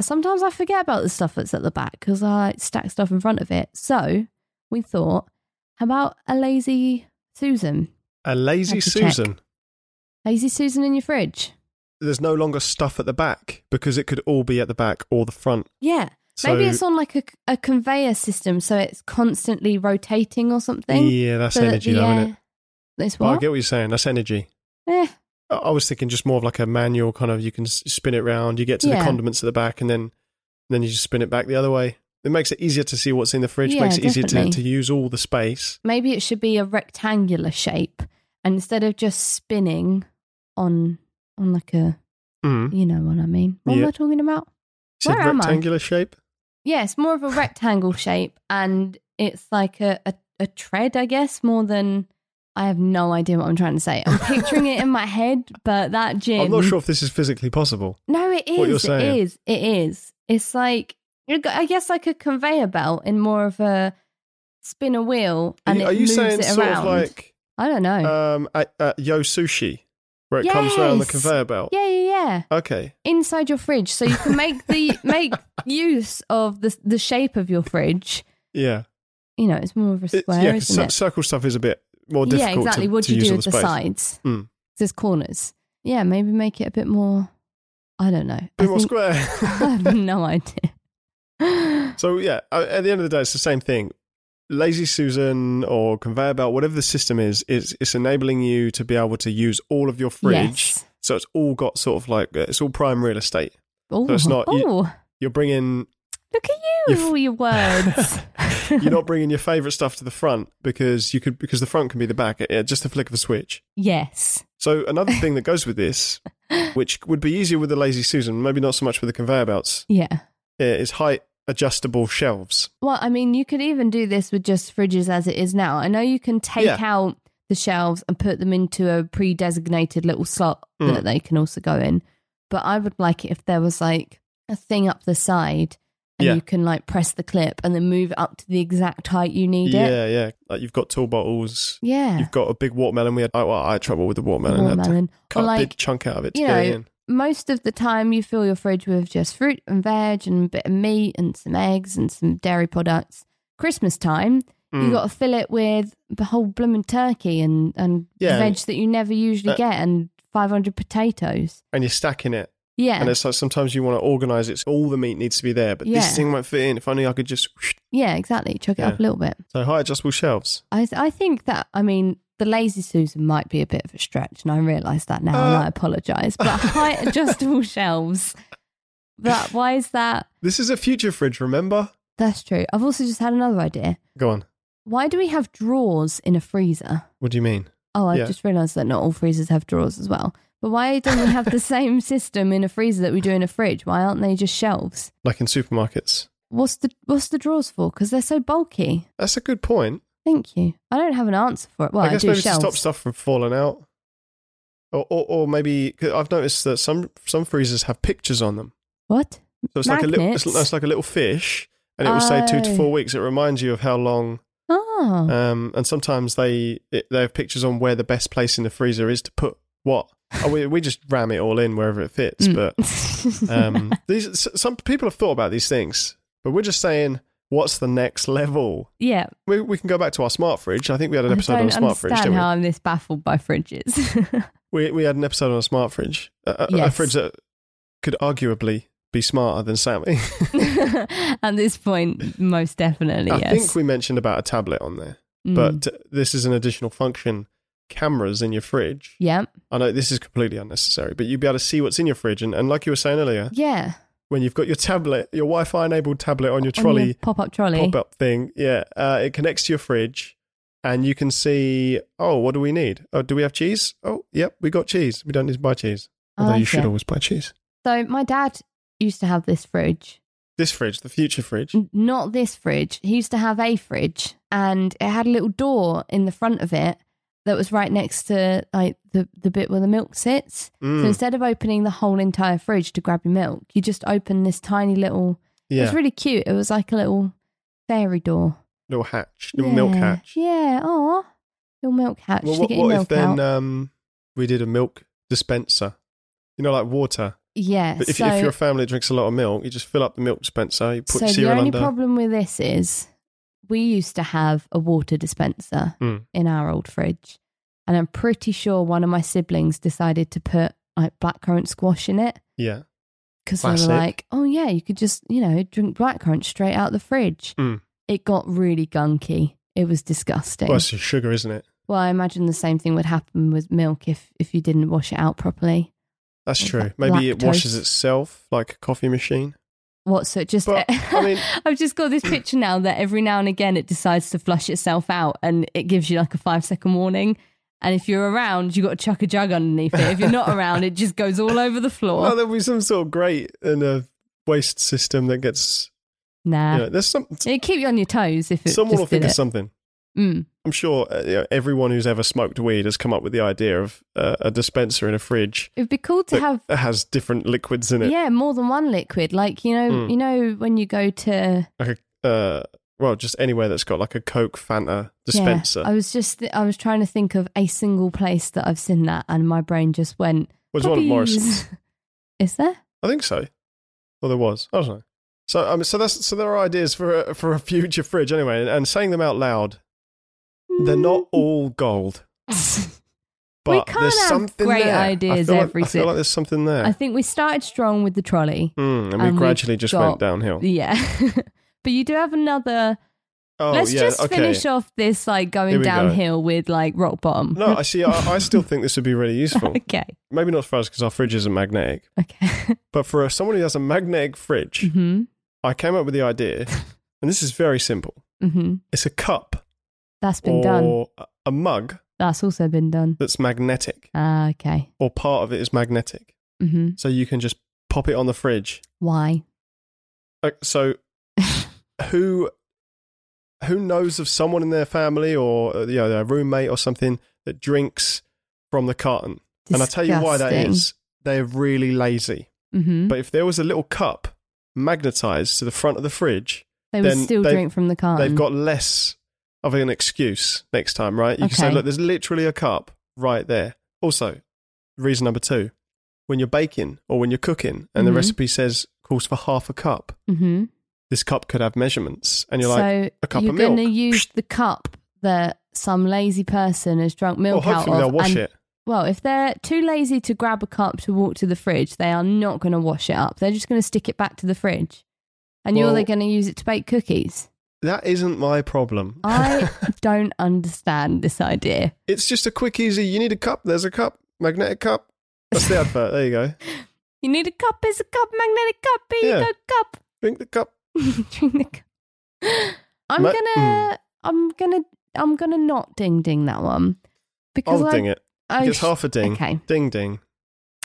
[SPEAKER 1] Sometimes I forget about the stuff that's at the back because I like, stack stuff in front of it. So we thought, how about a lazy Susan?
[SPEAKER 2] A lazy
[SPEAKER 1] Have to check.
[SPEAKER 2] Susan.
[SPEAKER 1] Lazy Susan in your fridge.
[SPEAKER 2] There's no longer stuff at the back because it could all be at the back or the front.
[SPEAKER 1] Yeah.
[SPEAKER 2] So,
[SPEAKER 1] Maybe it's on like a, a conveyor system, so it's constantly rotating or something.
[SPEAKER 2] yeah, that's
[SPEAKER 1] so that
[SPEAKER 2] energy
[SPEAKER 1] the
[SPEAKER 2] though,
[SPEAKER 1] air-
[SPEAKER 2] isn't it?
[SPEAKER 1] It's
[SPEAKER 2] But I
[SPEAKER 1] what?
[SPEAKER 2] get what you're saying. That's energy.
[SPEAKER 1] Eh,
[SPEAKER 2] I- I was thinking just more of like a manual kind of. You can s- spin it round. You get to the
[SPEAKER 1] Yeah.
[SPEAKER 2] condiments at the back, and then then you just spin it back the other way. It makes it easier to see what's in the fridge,
[SPEAKER 1] Yeah,
[SPEAKER 2] makes it easier
[SPEAKER 1] definitely.
[SPEAKER 2] to, to use all the space.
[SPEAKER 1] Maybe it should be a rectangular shape, and instead of just spinning on on like a,
[SPEAKER 2] Mm.
[SPEAKER 1] you know what I mean? What am
[SPEAKER 2] Yeah.
[SPEAKER 1] I talking about?
[SPEAKER 2] Said
[SPEAKER 1] Where am I?
[SPEAKER 2] rectangular shape?
[SPEAKER 1] Yeah, it's more of a rectangle shape, and it's like a, a a tread, I guess, more than. I have no idea what I'm trying to say. I'm picturing it in my head, but that gym.
[SPEAKER 2] *laughs* I'm not sure if this is physically possible.
[SPEAKER 1] No, it is.
[SPEAKER 2] what you're
[SPEAKER 1] It
[SPEAKER 2] saying.
[SPEAKER 1] is. It is. It's like you've got- I guess like a conveyor belt in more of a spin a wheel
[SPEAKER 2] Are
[SPEAKER 1] and
[SPEAKER 2] you,
[SPEAKER 1] it
[SPEAKER 2] are you
[SPEAKER 1] moves
[SPEAKER 2] saying
[SPEAKER 1] it
[SPEAKER 2] sort
[SPEAKER 1] around.
[SPEAKER 2] of like
[SPEAKER 1] I don't know.
[SPEAKER 2] um, at, at Yo Sushi, where it comes around the
[SPEAKER 1] Yes.
[SPEAKER 2] conveyor belt?
[SPEAKER 1] yeah, yeah, yeah.
[SPEAKER 2] Okay.
[SPEAKER 1] Inside your fridge, so you can make
[SPEAKER 2] *laughs*
[SPEAKER 1] the make use of the the shape of your fridge.
[SPEAKER 2] Yeah.
[SPEAKER 1] You know, it's more of a
[SPEAKER 2] It-
[SPEAKER 1] square,
[SPEAKER 2] yeah, 'cause
[SPEAKER 1] isn't
[SPEAKER 2] cir-
[SPEAKER 1] it?
[SPEAKER 2] circle stuff is a bit more difficult.
[SPEAKER 1] yeah, exactly.
[SPEAKER 2] To,
[SPEAKER 1] what
[SPEAKER 2] to
[SPEAKER 1] do you
[SPEAKER 2] use
[SPEAKER 1] do
[SPEAKER 2] all
[SPEAKER 1] with
[SPEAKER 2] the
[SPEAKER 1] the,
[SPEAKER 2] space.
[SPEAKER 1] sides?
[SPEAKER 2] Mm.
[SPEAKER 1] 'Cause There's corners. Yeah, maybe make it a bit more. I don't know. I
[SPEAKER 2] Bit more
[SPEAKER 1] think- *laughs* I
[SPEAKER 2] square. *laughs*
[SPEAKER 1] have no idea.
[SPEAKER 2] so yeah, uh, at the end of the day, it's the same thing. Lazy Susan or conveyor belt, whatever the system is, it's, it's enabling you to be able to use all of your *laughs* fridge.
[SPEAKER 1] Yes.
[SPEAKER 2] So it's all got sort of like uh, it's all prime real estate.
[SPEAKER 1] Oh,
[SPEAKER 2] it's not- you-
[SPEAKER 1] oh,
[SPEAKER 2] You're
[SPEAKER 1] *laughs*
[SPEAKER 2] bringing
[SPEAKER 1] look at you with
[SPEAKER 2] f-
[SPEAKER 1] all your
[SPEAKER 2] *laughs*
[SPEAKER 1] words.
[SPEAKER 2] you're not bringing your favorite stuff to the front because you could because the front can be the back at, at just the flick of a switch.
[SPEAKER 1] *laughs* yes.
[SPEAKER 2] So another thing that goes
[SPEAKER 1] *laughs*
[SPEAKER 2] with this, which would be easier with the Lazy Susan, maybe not so much with the conveyor belts,
[SPEAKER 1] Yeah.
[SPEAKER 2] uh, is height adjustable shelves.
[SPEAKER 1] Well, I mean, you could even do this with just fridges as it is now. I know you can take
[SPEAKER 2] Yeah.
[SPEAKER 1] out the shelves and put them into a pre designated little slot
[SPEAKER 2] Mm.
[SPEAKER 1] that they can also go in. But I would like it if there was like a thing up the side and
[SPEAKER 2] Yeah.
[SPEAKER 1] you can like press the clip and then move it up to the exact height you need it.
[SPEAKER 2] yeah, yeah. Like you've got tall bottles.
[SPEAKER 1] Yeah.
[SPEAKER 2] You've got a big watermelon. We had I, well, I had trouble with the watermelon. I had to
[SPEAKER 1] Watermelon.
[SPEAKER 2] cut
[SPEAKER 1] Or
[SPEAKER 2] a
[SPEAKER 1] like
[SPEAKER 2] big chunk out of it to
[SPEAKER 1] you
[SPEAKER 2] get it
[SPEAKER 1] know,
[SPEAKER 2] in.
[SPEAKER 1] most of the time you fill your fridge with just fruit and veg and a bit of meat and some eggs and some dairy products. Christmas time, you
[SPEAKER 2] Mm.
[SPEAKER 1] got to fill it with the whole blooming turkey and and
[SPEAKER 2] Yeah.
[SPEAKER 1] veg that you never usually
[SPEAKER 2] Uh,
[SPEAKER 1] get and 500 potatoes.
[SPEAKER 2] and you're stacking it.
[SPEAKER 1] Yeah,
[SPEAKER 2] And it's like sometimes you want to organize it. So all the meat needs to be there, but
[SPEAKER 1] Yeah.
[SPEAKER 2] this thing won't fit in. If only I could just.
[SPEAKER 1] yeah, exactly. Chuck it
[SPEAKER 2] Yeah.
[SPEAKER 1] up a little bit.
[SPEAKER 2] So high adjustable shelves.
[SPEAKER 1] I I think that I mean the lazy Susan might be a bit of a stretch, and I realise that now, and
[SPEAKER 2] Uh.
[SPEAKER 1] I apologise.
[SPEAKER 2] *laughs*
[SPEAKER 1] But high adjustable shelves. That why is that?
[SPEAKER 2] This is a future fridge. Remember?
[SPEAKER 1] That's true. I've also just had another idea.
[SPEAKER 2] Go on.
[SPEAKER 1] Why do we have drawers in a freezer?
[SPEAKER 2] What do you mean?
[SPEAKER 1] Oh, I
[SPEAKER 2] Yeah.
[SPEAKER 1] just realised that not all freezers have drawers as well. But why don't we
[SPEAKER 2] *laughs*
[SPEAKER 1] have the same system in a freezer that we do in a fridge? Why aren't they just shelves?
[SPEAKER 2] Like in supermarkets.
[SPEAKER 1] What's the what's the drawers for? Because they're so bulky.
[SPEAKER 2] That's a good point.
[SPEAKER 1] Thank you. I don't have an answer for it. Well,
[SPEAKER 2] I
[SPEAKER 1] I,
[SPEAKER 2] guess
[SPEAKER 1] do
[SPEAKER 2] maybe
[SPEAKER 1] shelves.
[SPEAKER 2] to stop stuff from falling out. Or, or, or maybe i I've noticed that some some freezers have pictures on them.
[SPEAKER 1] What?
[SPEAKER 2] So it's like a little it's,
[SPEAKER 1] Magnets?
[SPEAKER 2] it's like a little fish, and it will say two to
[SPEAKER 1] Oh.
[SPEAKER 2] four weeks. It reminds you of how long.
[SPEAKER 1] Oh,
[SPEAKER 2] Um, and sometimes they it, they have pictures on where the best place in the freezer is to put what. Oh, we we just ram it all in wherever it fits.
[SPEAKER 1] Mm.
[SPEAKER 2] But um, *laughs* these s- some people have thought about these things, but we're just saying what's the next level.
[SPEAKER 1] *laughs* yeah.
[SPEAKER 2] We, we can go back to our smart fridge. I think we had an
[SPEAKER 1] I
[SPEAKER 2] episode on a
[SPEAKER 1] don't
[SPEAKER 2] smart
[SPEAKER 1] understand
[SPEAKER 2] fridge, didn't we?
[SPEAKER 1] how I'm this baffled by fridges. *laughs*
[SPEAKER 2] We we had an episode on a smart fridge, a, a- a
[SPEAKER 1] Yes.
[SPEAKER 2] fridge that could arguably be smarter than Sammy. *laughs*
[SPEAKER 1] At this point, most definitely.
[SPEAKER 2] I
[SPEAKER 1] yes.
[SPEAKER 2] think we mentioned about a tablet on there,
[SPEAKER 1] Mm.
[SPEAKER 2] but this is an additional function. Cameras in your fridge.
[SPEAKER 1] yeah,
[SPEAKER 2] I know this is completely unnecessary, but you'd be able to see what's in your fridge. And, and like you were saying earlier,
[SPEAKER 1] yeah.
[SPEAKER 2] when you've got your tablet, your Wi Fi enabled tablet on your
[SPEAKER 1] On your
[SPEAKER 2] trolley
[SPEAKER 1] pop-up trolley.
[SPEAKER 2] pop up thing, yeah, uh, it connects to your fridge and you can see, oh, what do we need? Oh, do we have cheese? Oh, yep, we got cheese. We don't need to buy cheese.
[SPEAKER 1] I
[SPEAKER 2] Although you
[SPEAKER 1] like
[SPEAKER 2] should
[SPEAKER 1] it.
[SPEAKER 2] always buy cheese.
[SPEAKER 1] So my dad used to have this fridge.
[SPEAKER 2] This fridge, the future fridge.
[SPEAKER 1] N- Not this fridge. He used to have a fridge and it had a little door in the front of it that was right next to like the, the bit where the milk sits. So
[SPEAKER 2] Mm,
[SPEAKER 1] instead of opening the whole entire fridge to grab your milk, you just open this tiny little it
[SPEAKER 2] yeah,
[SPEAKER 1] was really cute. It was like a little fairy door.
[SPEAKER 2] little hatch, little milk
[SPEAKER 1] Yeah.
[SPEAKER 2] hatch.
[SPEAKER 1] Yeah, oh. Little milk hatch
[SPEAKER 2] Well,
[SPEAKER 1] to
[SPEAKER 2] what,
[SPEAKER 1] get
[SPEAKER 2] what
[SPEAKER 1] your
[SPEAKER 2] if
[SPEAKER 1] milk out.
[SPEAKER 2] then um, we did a milk dispenser? You know, like water.
[SPEAKER 1] yeah.
[SPEAKER 2] But if,
[SPEAKER 1] so,
[SPEAKER 2] if your family drinks a lot of milk, you just fill up the milk dispenser, you put
[SPEAKER 1] so the
[SPEAKER 2] cereal
[SPEAKER 1] only
[SPEAKER 2] under.
[SPEAKER 1] problem with this is we used to have a water dispenser
[SPEAKER 2] Mm.
[SPEAKER 1] in our old fridge and i'm pretty sure one of my siblings decided to put like blackcurrant squash in it
[SPEAKER 2] yeah.
[SPEAKER 1] because they were
[SPEAKER 2] Classic.
[SPEAKER 1] like oh yeah you could just you know drink blackcurrant straight out the fridge
[SPEAKER 2] Mm.
[SPEAKER 1] it got really gunky it was disgusting
[SPEAKER 2] Well, it's just sugar, isn't it?
[SPEAKER 1] well i imagine the same thing would happen with milk if if you didn't wash it out properly
[SPEAKER 2] That's
[SPEAKER 1] Like
[SPEAKER 2] true.
[SPEAKER 1] that
[SPEAKER 2] Maybe it washes
[SPEAKER 1] lactose.
[SPEAKER 2] itself like a coffee machine.
[SPEAKER 1] What's it? Just *laughs*
[SPEAKER 2] But, I mean-
[SPEAKER 1] I've just got
[SPEAKER 2] Mm.
[SPEAKER 1] this picture now that every now and again it decides to flush itself out and it gives you like a five second warning. And if you're around, you got to chuck a jug underneath it. If you're
[SPEAKER 2] *laughs*
[SPEAKER 1] not around, it just goes all over the floor.
[SPEAKER 2] Oh, there'll be some sort of grate and a waste system that gets.
[SPEAKER 1] nah,
[SPEAKER 2] You know, there's some.
[SPEAKER 1] it keep you on your toes if it
[SPEAKER 2] Someone
[SPEAKER 1] just
[SPEAKER 2] will think
[SPEAKER 1] did
[SPEAKER 2] of
[SPEAKER 1] it.
[SPEAKER 2] something.
[SPEAKER 1] Mm.
[SPEAKER 2] I'm sure uh, you know, everyone who's ever smoked weed has come up with the idea of uh, a dispenser in a fridge
[SPEAKER 1] It'd be cool to
[SPEAKER 2] that
[SPEAKER 1] have
[SPEAKER 2] has different liquids in it.
[SPEAKER 1] yeah more than one liquid. Like you know
[SPEAKER 2] Mm.
[SPEAKER 1] you know when you go to
[SPEAKER 2] Like a, uh, well, just anywhere that's got like a Coke Fanta dispenser.
[SPEAKER 1] Yeah, Oh, I was just th- I was trying to think of a single place that I've seen that, and my brain just went.
[SPEAKER 2] was one of
[SPEAKER 1] "Puppies."
[SPEAKER 2] Morrison's.
[SPEAKER 1] *laughs* Is there?
[SPEAKER 2] I think so. Or there was. I don't know. So, um, so that's so there are ideas for a, for a future fridge anyway, and, and saying them out loud, they're not all gold.
[SPEAKER 1] *laughs*
[SPEAKER 2] But
[SPEAKER 1] can't
[SPEAKER 2] there's
[SPEAKER 1] have
[SPEAKER 2] something
[SPEAKER 1] great
[SPEAKER 2] there.
[SPEAKER 1] ideas
[SPEAKER 2] I feel
[SPEAKER 1] every
[SPEAKER 2] like, I feel
[SPEAKER 1] si-
[SPEAKER 2] like there's something there.
[SPEAKER 1] I think we started strong with the trolley.
[SPEAKER 2] Mm, and we
[SPEAKER 1] and we've
[SPEAKER 2] gradually just
[SPEAKER 1] got-
[SPEAKER 2] went downhill.
[SPEAKER 1] Yeah, *laughs* but you do have another.
[SPEAKER 2] Oh,
[SPEAKER 1] Let's
[SPEAKER 2] yeah,
[SPEAKER 1] just
[SPEAKER 2] okay.
[SPEAKER 1] finish off this like
[SPEAKER 2] Here
[SPEAKER 1] going
[SPEAKER 2] we go.
[SPEAKER 1] downhill with like rock bottom.
[SPEAKER 2] No, I see. I, I still think this would be really useful.
[SPEAKER 1] *laughs* okay,
[SPEAKER 2] Maybe not for us because our fridge isn't magnetic,
[SPEAKER 1] okay. *laughs*
[SPEAKER 2] but for someone who has a magnetic fridge,
[SPEAKER 1] hmm
[SPEAKER 2] I came up with
[SPEAKER 1] *laughs*
[SPEAKER 2] the idea, and this is very simple.
[SPEAKER 1] hmm
[SPEAKER 2] It's a cup
[SPEAKER 1] That's been
[SPEAKER 2] or
[SPEAKER 1] done.
[SPEAKER 2] a- a mug
[SPEAKER 1] That's also been done.
[SPEAKER 2] that's magnetic,
[SPEAKER 1] Ah, okay.
[SPEAKER 2] or part of it is magnetic,
[SPEAKER 1] hmm
[SPEAKER 2] so you can just pop it on the fridge.
[SPEAKER 1] Why?
[SPEAKER 2] Uh, So, who who knows of someone in their family or uh, you know their roommate or something that drinks from the carton? And I'll tell you why that is. They're really lazy.
[SPEAKER 1] Mm-hmm.
[SPEAKER 2] But if there was a little cup magnetized to the front of the fridge,
[SPEAKER 1] They would
[SPEAKER 2] then
[SPEAKER 1] still
[SPEAKER 2] they've-
[SPEAKER 1] drink from the carton.
[SPEAKER 2] they've got less of an excuse next time, right? You can say,
[SPEAKER 1] Okay.
[SPEAKER 2] look, there's literally a cup right there. Also, reason number two when you're baking or when you're cooking and the
[SPEAKER 1] Mhm.
[SPEAKER 2] recipe says calls for half a cup,
[SPEAKER 1] Mm-hmm.
[SPEAKER 2] this cup could have measurements. And you're
[SPEAKER 1] so
[SPEAKER 2] like, a cup
[SPEAKER 1] you're
[SPEAKER 2] of
[SPEAKER 1] going to
[SPEAKER 2] milk.
[SPEAKER 1] use the cup that some lazy person has drunk
[SPEAKER 2] well,
[SPEAKER 1] milk out of.
[SPEAKER 2] hopefully they'll wash
[SPEAKER 1] and-
[SPEAKER 2] it.
[SPEAKER 1] Well, if they're too lazy to grab a cup to walk to the fridge, they are not going to wash it up. They're just going to stick it back to the fridge, and you're
[SPEAKER 2] Well-
[SPEAKER 1] they're going to use it to bake cookies.
[SPEAKER 2] That isn't my problem.
[SPEAKER 1] I *laughs* don't understand this idea.
[SPEAKER 2] *laughs* it's just a quick, easy, you need a cup, there's a cup, magnetic cup. That's the advert. There you go.
[SPEAKER 1] You need a cup. It's a cup. Magnetic cup. Here you
[SPEAKER 2] Yeah.
[SPEAKER 1] go. Cup. *laughs*
[SPEAKER 2] Drink the cup.
[SPEAKER 1] Drink the cup. I'm
[SPEAKER 2] Ma- hmm.
[SPEAKER 1] gonna. I'm gonna. I'm gonna not ding ding that one because
[SPEAKER 2] I'll
[SPEAKER 1] I,
[SPEAKER 2] ding it.
[SPEAKER 1] I
[SPEAKER 2] It's
[SPEAKER 1] sh-
[SPEAKER 2] half a ding.
[SPEAKER 1] Okay,
[SPEAKER 2] Ding ding.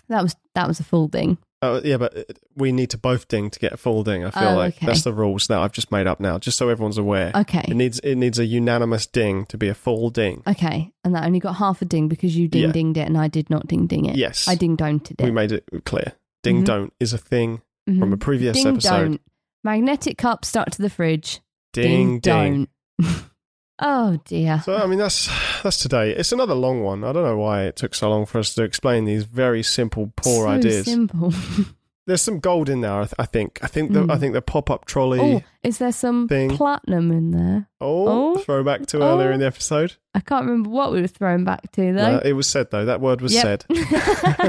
[SPEAKER 1] that was that was a full ding.
[SPEAKER 2] Oh yeah, but uh, we need to both ding to get a full ding. I feel
[SPEAKER 1] Oh,
[SPEAKER 2] like
[SPEAKER 1] okay.
[SPEAKER 2] that's the rules now. I've just made up now, just so everyone's aware.
[SPEAKER 1] Okay,
[SPEAKER 2] It needs it needs a unanimous ding to be a full ding.
[SPEAKER 1] okay, and that only got half a ding because you ding
[SPEAKER 2] Yeah.
[SPEAKER 1] dinged it and I did not ding ding it.
[SPEAKER 2] Yes.
[SPEAKER 1] I ding don'ted
[SPEAKER 2] We
[SPEAKER 1] it.
[SPEAKER 2] made it clear. Ding
[SPEAKER 1] Mhm.
[SPEAKER 2] don't is a thing
[SPEAKER 1] Mhm.
[SPEAKER 2] from a previous
[SPEAKER 1] ding
[SPEAKER 2] episode.
[SPEAKER 1] don't. Magnetic cup stuck to the fridge.
[SPEAKER 2] Ding ding.
[SPEAKER 1] don't. *laughs* oh dear.
[SPEAKER 2] So I mean that's that's today. It's another long one. I don't know why it took so long for us to explain these very simple, poor
[SPEAKER 1] so
[SPEAKER 2] ideas. *laughs*
[SPEAKER 1] Simple. Oh,
[SPEAKER 2] There's some gold in there. I, th- I think. I think. The,
[SPEAKER 1] Mm.
[SPEAKER 2] I think the pop-up trolley.
[SPEAKER 1] oh,
[SPEAKER 2] Oh,
[SPEAKER 1] is there some
[SPEAKER 2] Thing.
[SPEAKER 1] platinum in there? Oh.
[SPEAKER 2] throwback to
[SPEAKER 1] Oh.
[SPEAKER 2] earlier in the episode.
[SPEAKER 1] I can't remember what we were thrown back to
[SPEAKER 2] No,
[SPEAKER 1] though.
[SPEAKER 2] it was said though. That word was said.
[SPEAKER 1] Yep. *laughs*
[SPEAKER 2] *laughs*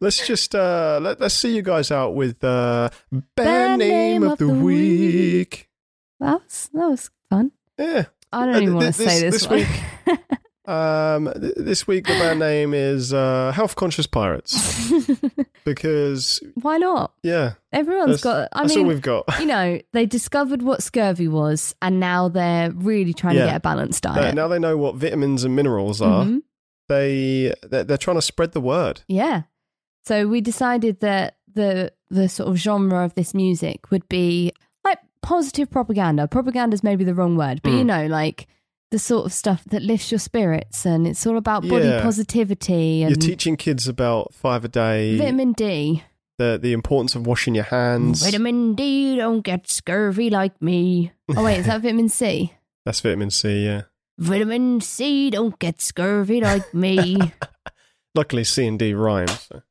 [SPEAKER 2] Let's just uh, let, let's see you guys out with uh, bad name, of, the week.
[SPEAKER 1] that was that was fun.
[SPEAKER 2] Yeah.
[SPEAKER 1] I
[SPEAKER 2] Uh,
[SPEAKER 1] don't even want to
[SPEAKER 2] th-
[SPEAKER 1] say this,
[SPEAKER 2] this-
[SPEAKER 1] one.
[SPEAKER 2] this Um, th- this week the band name is uh, Health Conscious Pirates
[SPEAKER 1] *laughs*
[SPEAKER 2] because
[SPEAKER 1] Why not?
[SPEAKER 2] yeah,
[SPEAKER 1] Everyone's
[SPEAKER 2] that's,
[SPEAKER 1] got. I
[SPEAKER 2] that's all
[SPEAKER 1] mean,
[SPEAKER 2] we've got.
[SPEAKER 1] you know, they discovered what scurvy was, and now they're really trying
[SPEAKER 2] Yeah.
[SPEAKER 1] to get a balanced
[SPEAKER 2] Uh,
[SPEAKER 1] diet.
[SPEAKER 2] now they know what vitamins and minerals are.
[SPEAKER 1] Mhm.
[SPEAKER 2] They they're, they're trying to spread the word.
[SPEAKER 1] Yeah. So we decided that the the sort of genre of this music would be like positive propaganda. Propaganda's maybe the wrong word, but you
[SPEAKER 2] Mm.
[SPEAKER 1] know, like the sort of stuff that lifts your spirits, and it's all about body
[SPEAKER 2] Yeah.
[SPEAKER 1] positivity and
[SPEAKER 2] You're teaching kids about five a day,
[SPEAKER 1] vitamin D.
[SPEAKER 2] the the importance of washing your hands.
[SPEAKER 1] Vitamin D, don't get scurvy like me. Oh wait, is that vitamin C?
[SPEAKER 2] That's vitamin C. Yeah.
[SPEAKER 1] Vitamin C, don't get scurvy like me.
[SPEAKER 2] Luckily, C and D rhyme. So.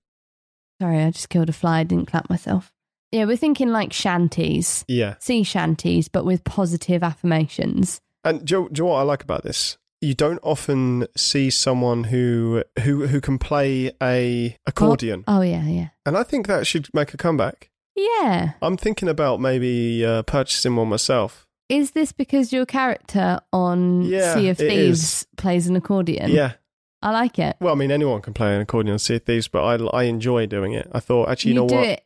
[SPEAKER 1] Sorry, I just killed a fly. I didn't clap myself. Yeah, we're thinking like shanties.
[SPEAKER 2] Yeah.
[SPEAKER 1] sea shanties, but with positive affirmations.
[SPEAKER 2] And do you, do you know what I like about this? You don't often see someone who who who can play a accordion,
[SPEAKER 1] Oh yeah, yeah,
[SPEAKER 2] and I think that should make a comeback.
[SPEAKER 1] yeah.
[SPEAKER 2] I'm thinking about maybe uh, purchasing one myself.
[SPEAKER 1] Is this because your character on
[SPEAKER 2] Yeah,
[SPEAKER 1] Sea of
[SPEAKER 2] it
[SPEAKER 1] Thieves plays an accordion?
[SPEAKER 2] yeah.
[SPEAKER 1] I like it.
[SPEAKER 2] Well, I mean, anyone can play an accordion on Sea of Thieves, but I I enjoy doing it. I thought actually, you, know
[SPEAKER 1] do
[SPEAKER 2] what?
[SPEAKER 1] it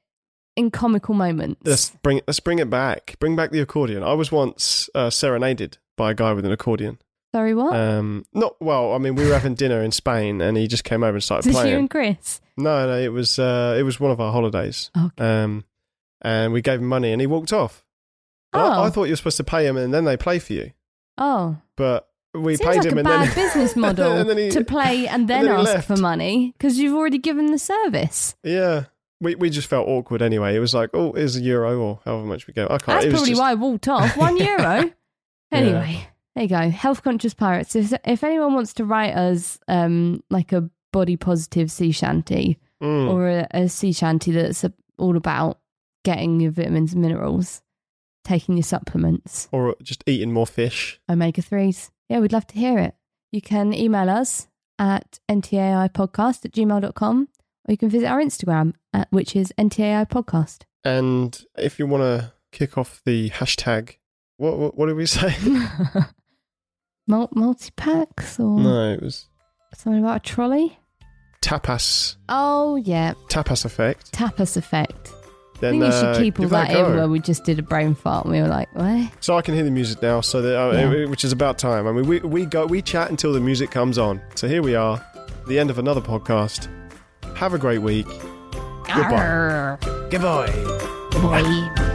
[SPEAKER 1] in comical moments.
[SPEAKER 2] Let's bring it. Let's bring it back. Bring back the accordion. I was once uh, serenaded by a guy with an accordion.
[SPEAKER 1] Sorry, what?
[SPEAKER 2] Um, not well. I mean, we were having dinner in Spain, and he just came over and started
[SPEAKER 1] Did
[SPEAKER 2] playing.
[SPEAKER 1] you and Chris?
[SPEAKER 2] No, no, it was uh, it was one of our holidays.
[SPEAKER 1] Oh,
[SPEAKER 2] Um, and we gave him money, and he walked off. And
[SPEAKER 1] Oh.
[SPEAKER 2] I, I thought you were supposed to pay him, and then they play for you.
[SPEAKER 1] oh.
[SPEAKER 2] But we
[SPEAKER 1] Seems
[SPEAKER 2] paid
[SPEAKER 1] like
[SPEAKER 2] him,
[SPEAKER 1] a
[SPEAKER 2] and
[SPEAKER 1] bad
[SPEAKER 2] then
[SPEAKER 1] business model
[SPEAKER 2] *laughs* and then he-
[SPEAKER 1] to play and then,
[SPEAKER 2] then he
[SPEAKER 1] ask
[SPEAKER 2] left.
[SPEAKER 1] for money because you've already given the service.
[SPEAKER 2] yeah, we we just felt awkward anyway. It was like, oh, here's a euro or however much we go. I can't.
[SPEAKER 1] That's
[SPEAKER 2] it was
[SPEAKER 1] probably
[SPEAKER 2] just-
[SPEAKER 1] why I walked
[SPEAKER 2] *laughs*
[SPEAKER 1] off. One euro. Anyway, there you go. Health conscious pirates. If, if anyone wants to write us um, like a body positive sea shanty
[SPEAKER 2] Mm.
[SPEAKER 1] or a, a sea shanty that's a, all about getting your vitamins and minerals, taking your supplements,
[SPEAKER 2] or just eating more fish.
[SPEAKER 1] omega 3s, yeah, we'd love to hear it. You can email us at ntaipodcast at gmail.com or you can visit our Instagram, at, which is
[SPEAKER 2] *laughs*
[SPEAKER 1] ntaipodcast.
[SPEAKER 2] And if you want to kick off the hashtag, what what, what did we *laughs* say?
[SPEAKER 1] Mul- Multi packs or
[SPEAKER 2] no, it was
[SPEAKER 1] something about a trolley?
[SPEAKER 2] tapas
[SPEAKER 1] Oh, yeah.
[SPEAKER 2] tapas effect.
[SPEAKER 1] Tapas effect.
[SPEAKER 2] Then
[SPEAKER 1] I think you should
[SPEAKER 2] uh,
[SPEAKER 1] keep all
[SPEAKER 2] give that,
[SPEAKER 1] that,
[SPEAKER 2] a
[SPEAKER 1] in
[SPEAKER 2] go.
[SPEAKER 1] where we just did a brain fart and we were like, what?
[SPEAKER 2] So I can hear the music now, so that, uh,
[SPEAKER 1] Yeah.
[SPEAKER 2] which is about time. I mean, we, we go we chat until the music comes on. So here we are, the end of another podcast. Have a great week. Goodbye.
[SPEAKER 1] Arr,
[SPEAKER 2] Goodbye.
[SPEAKER 1] boy.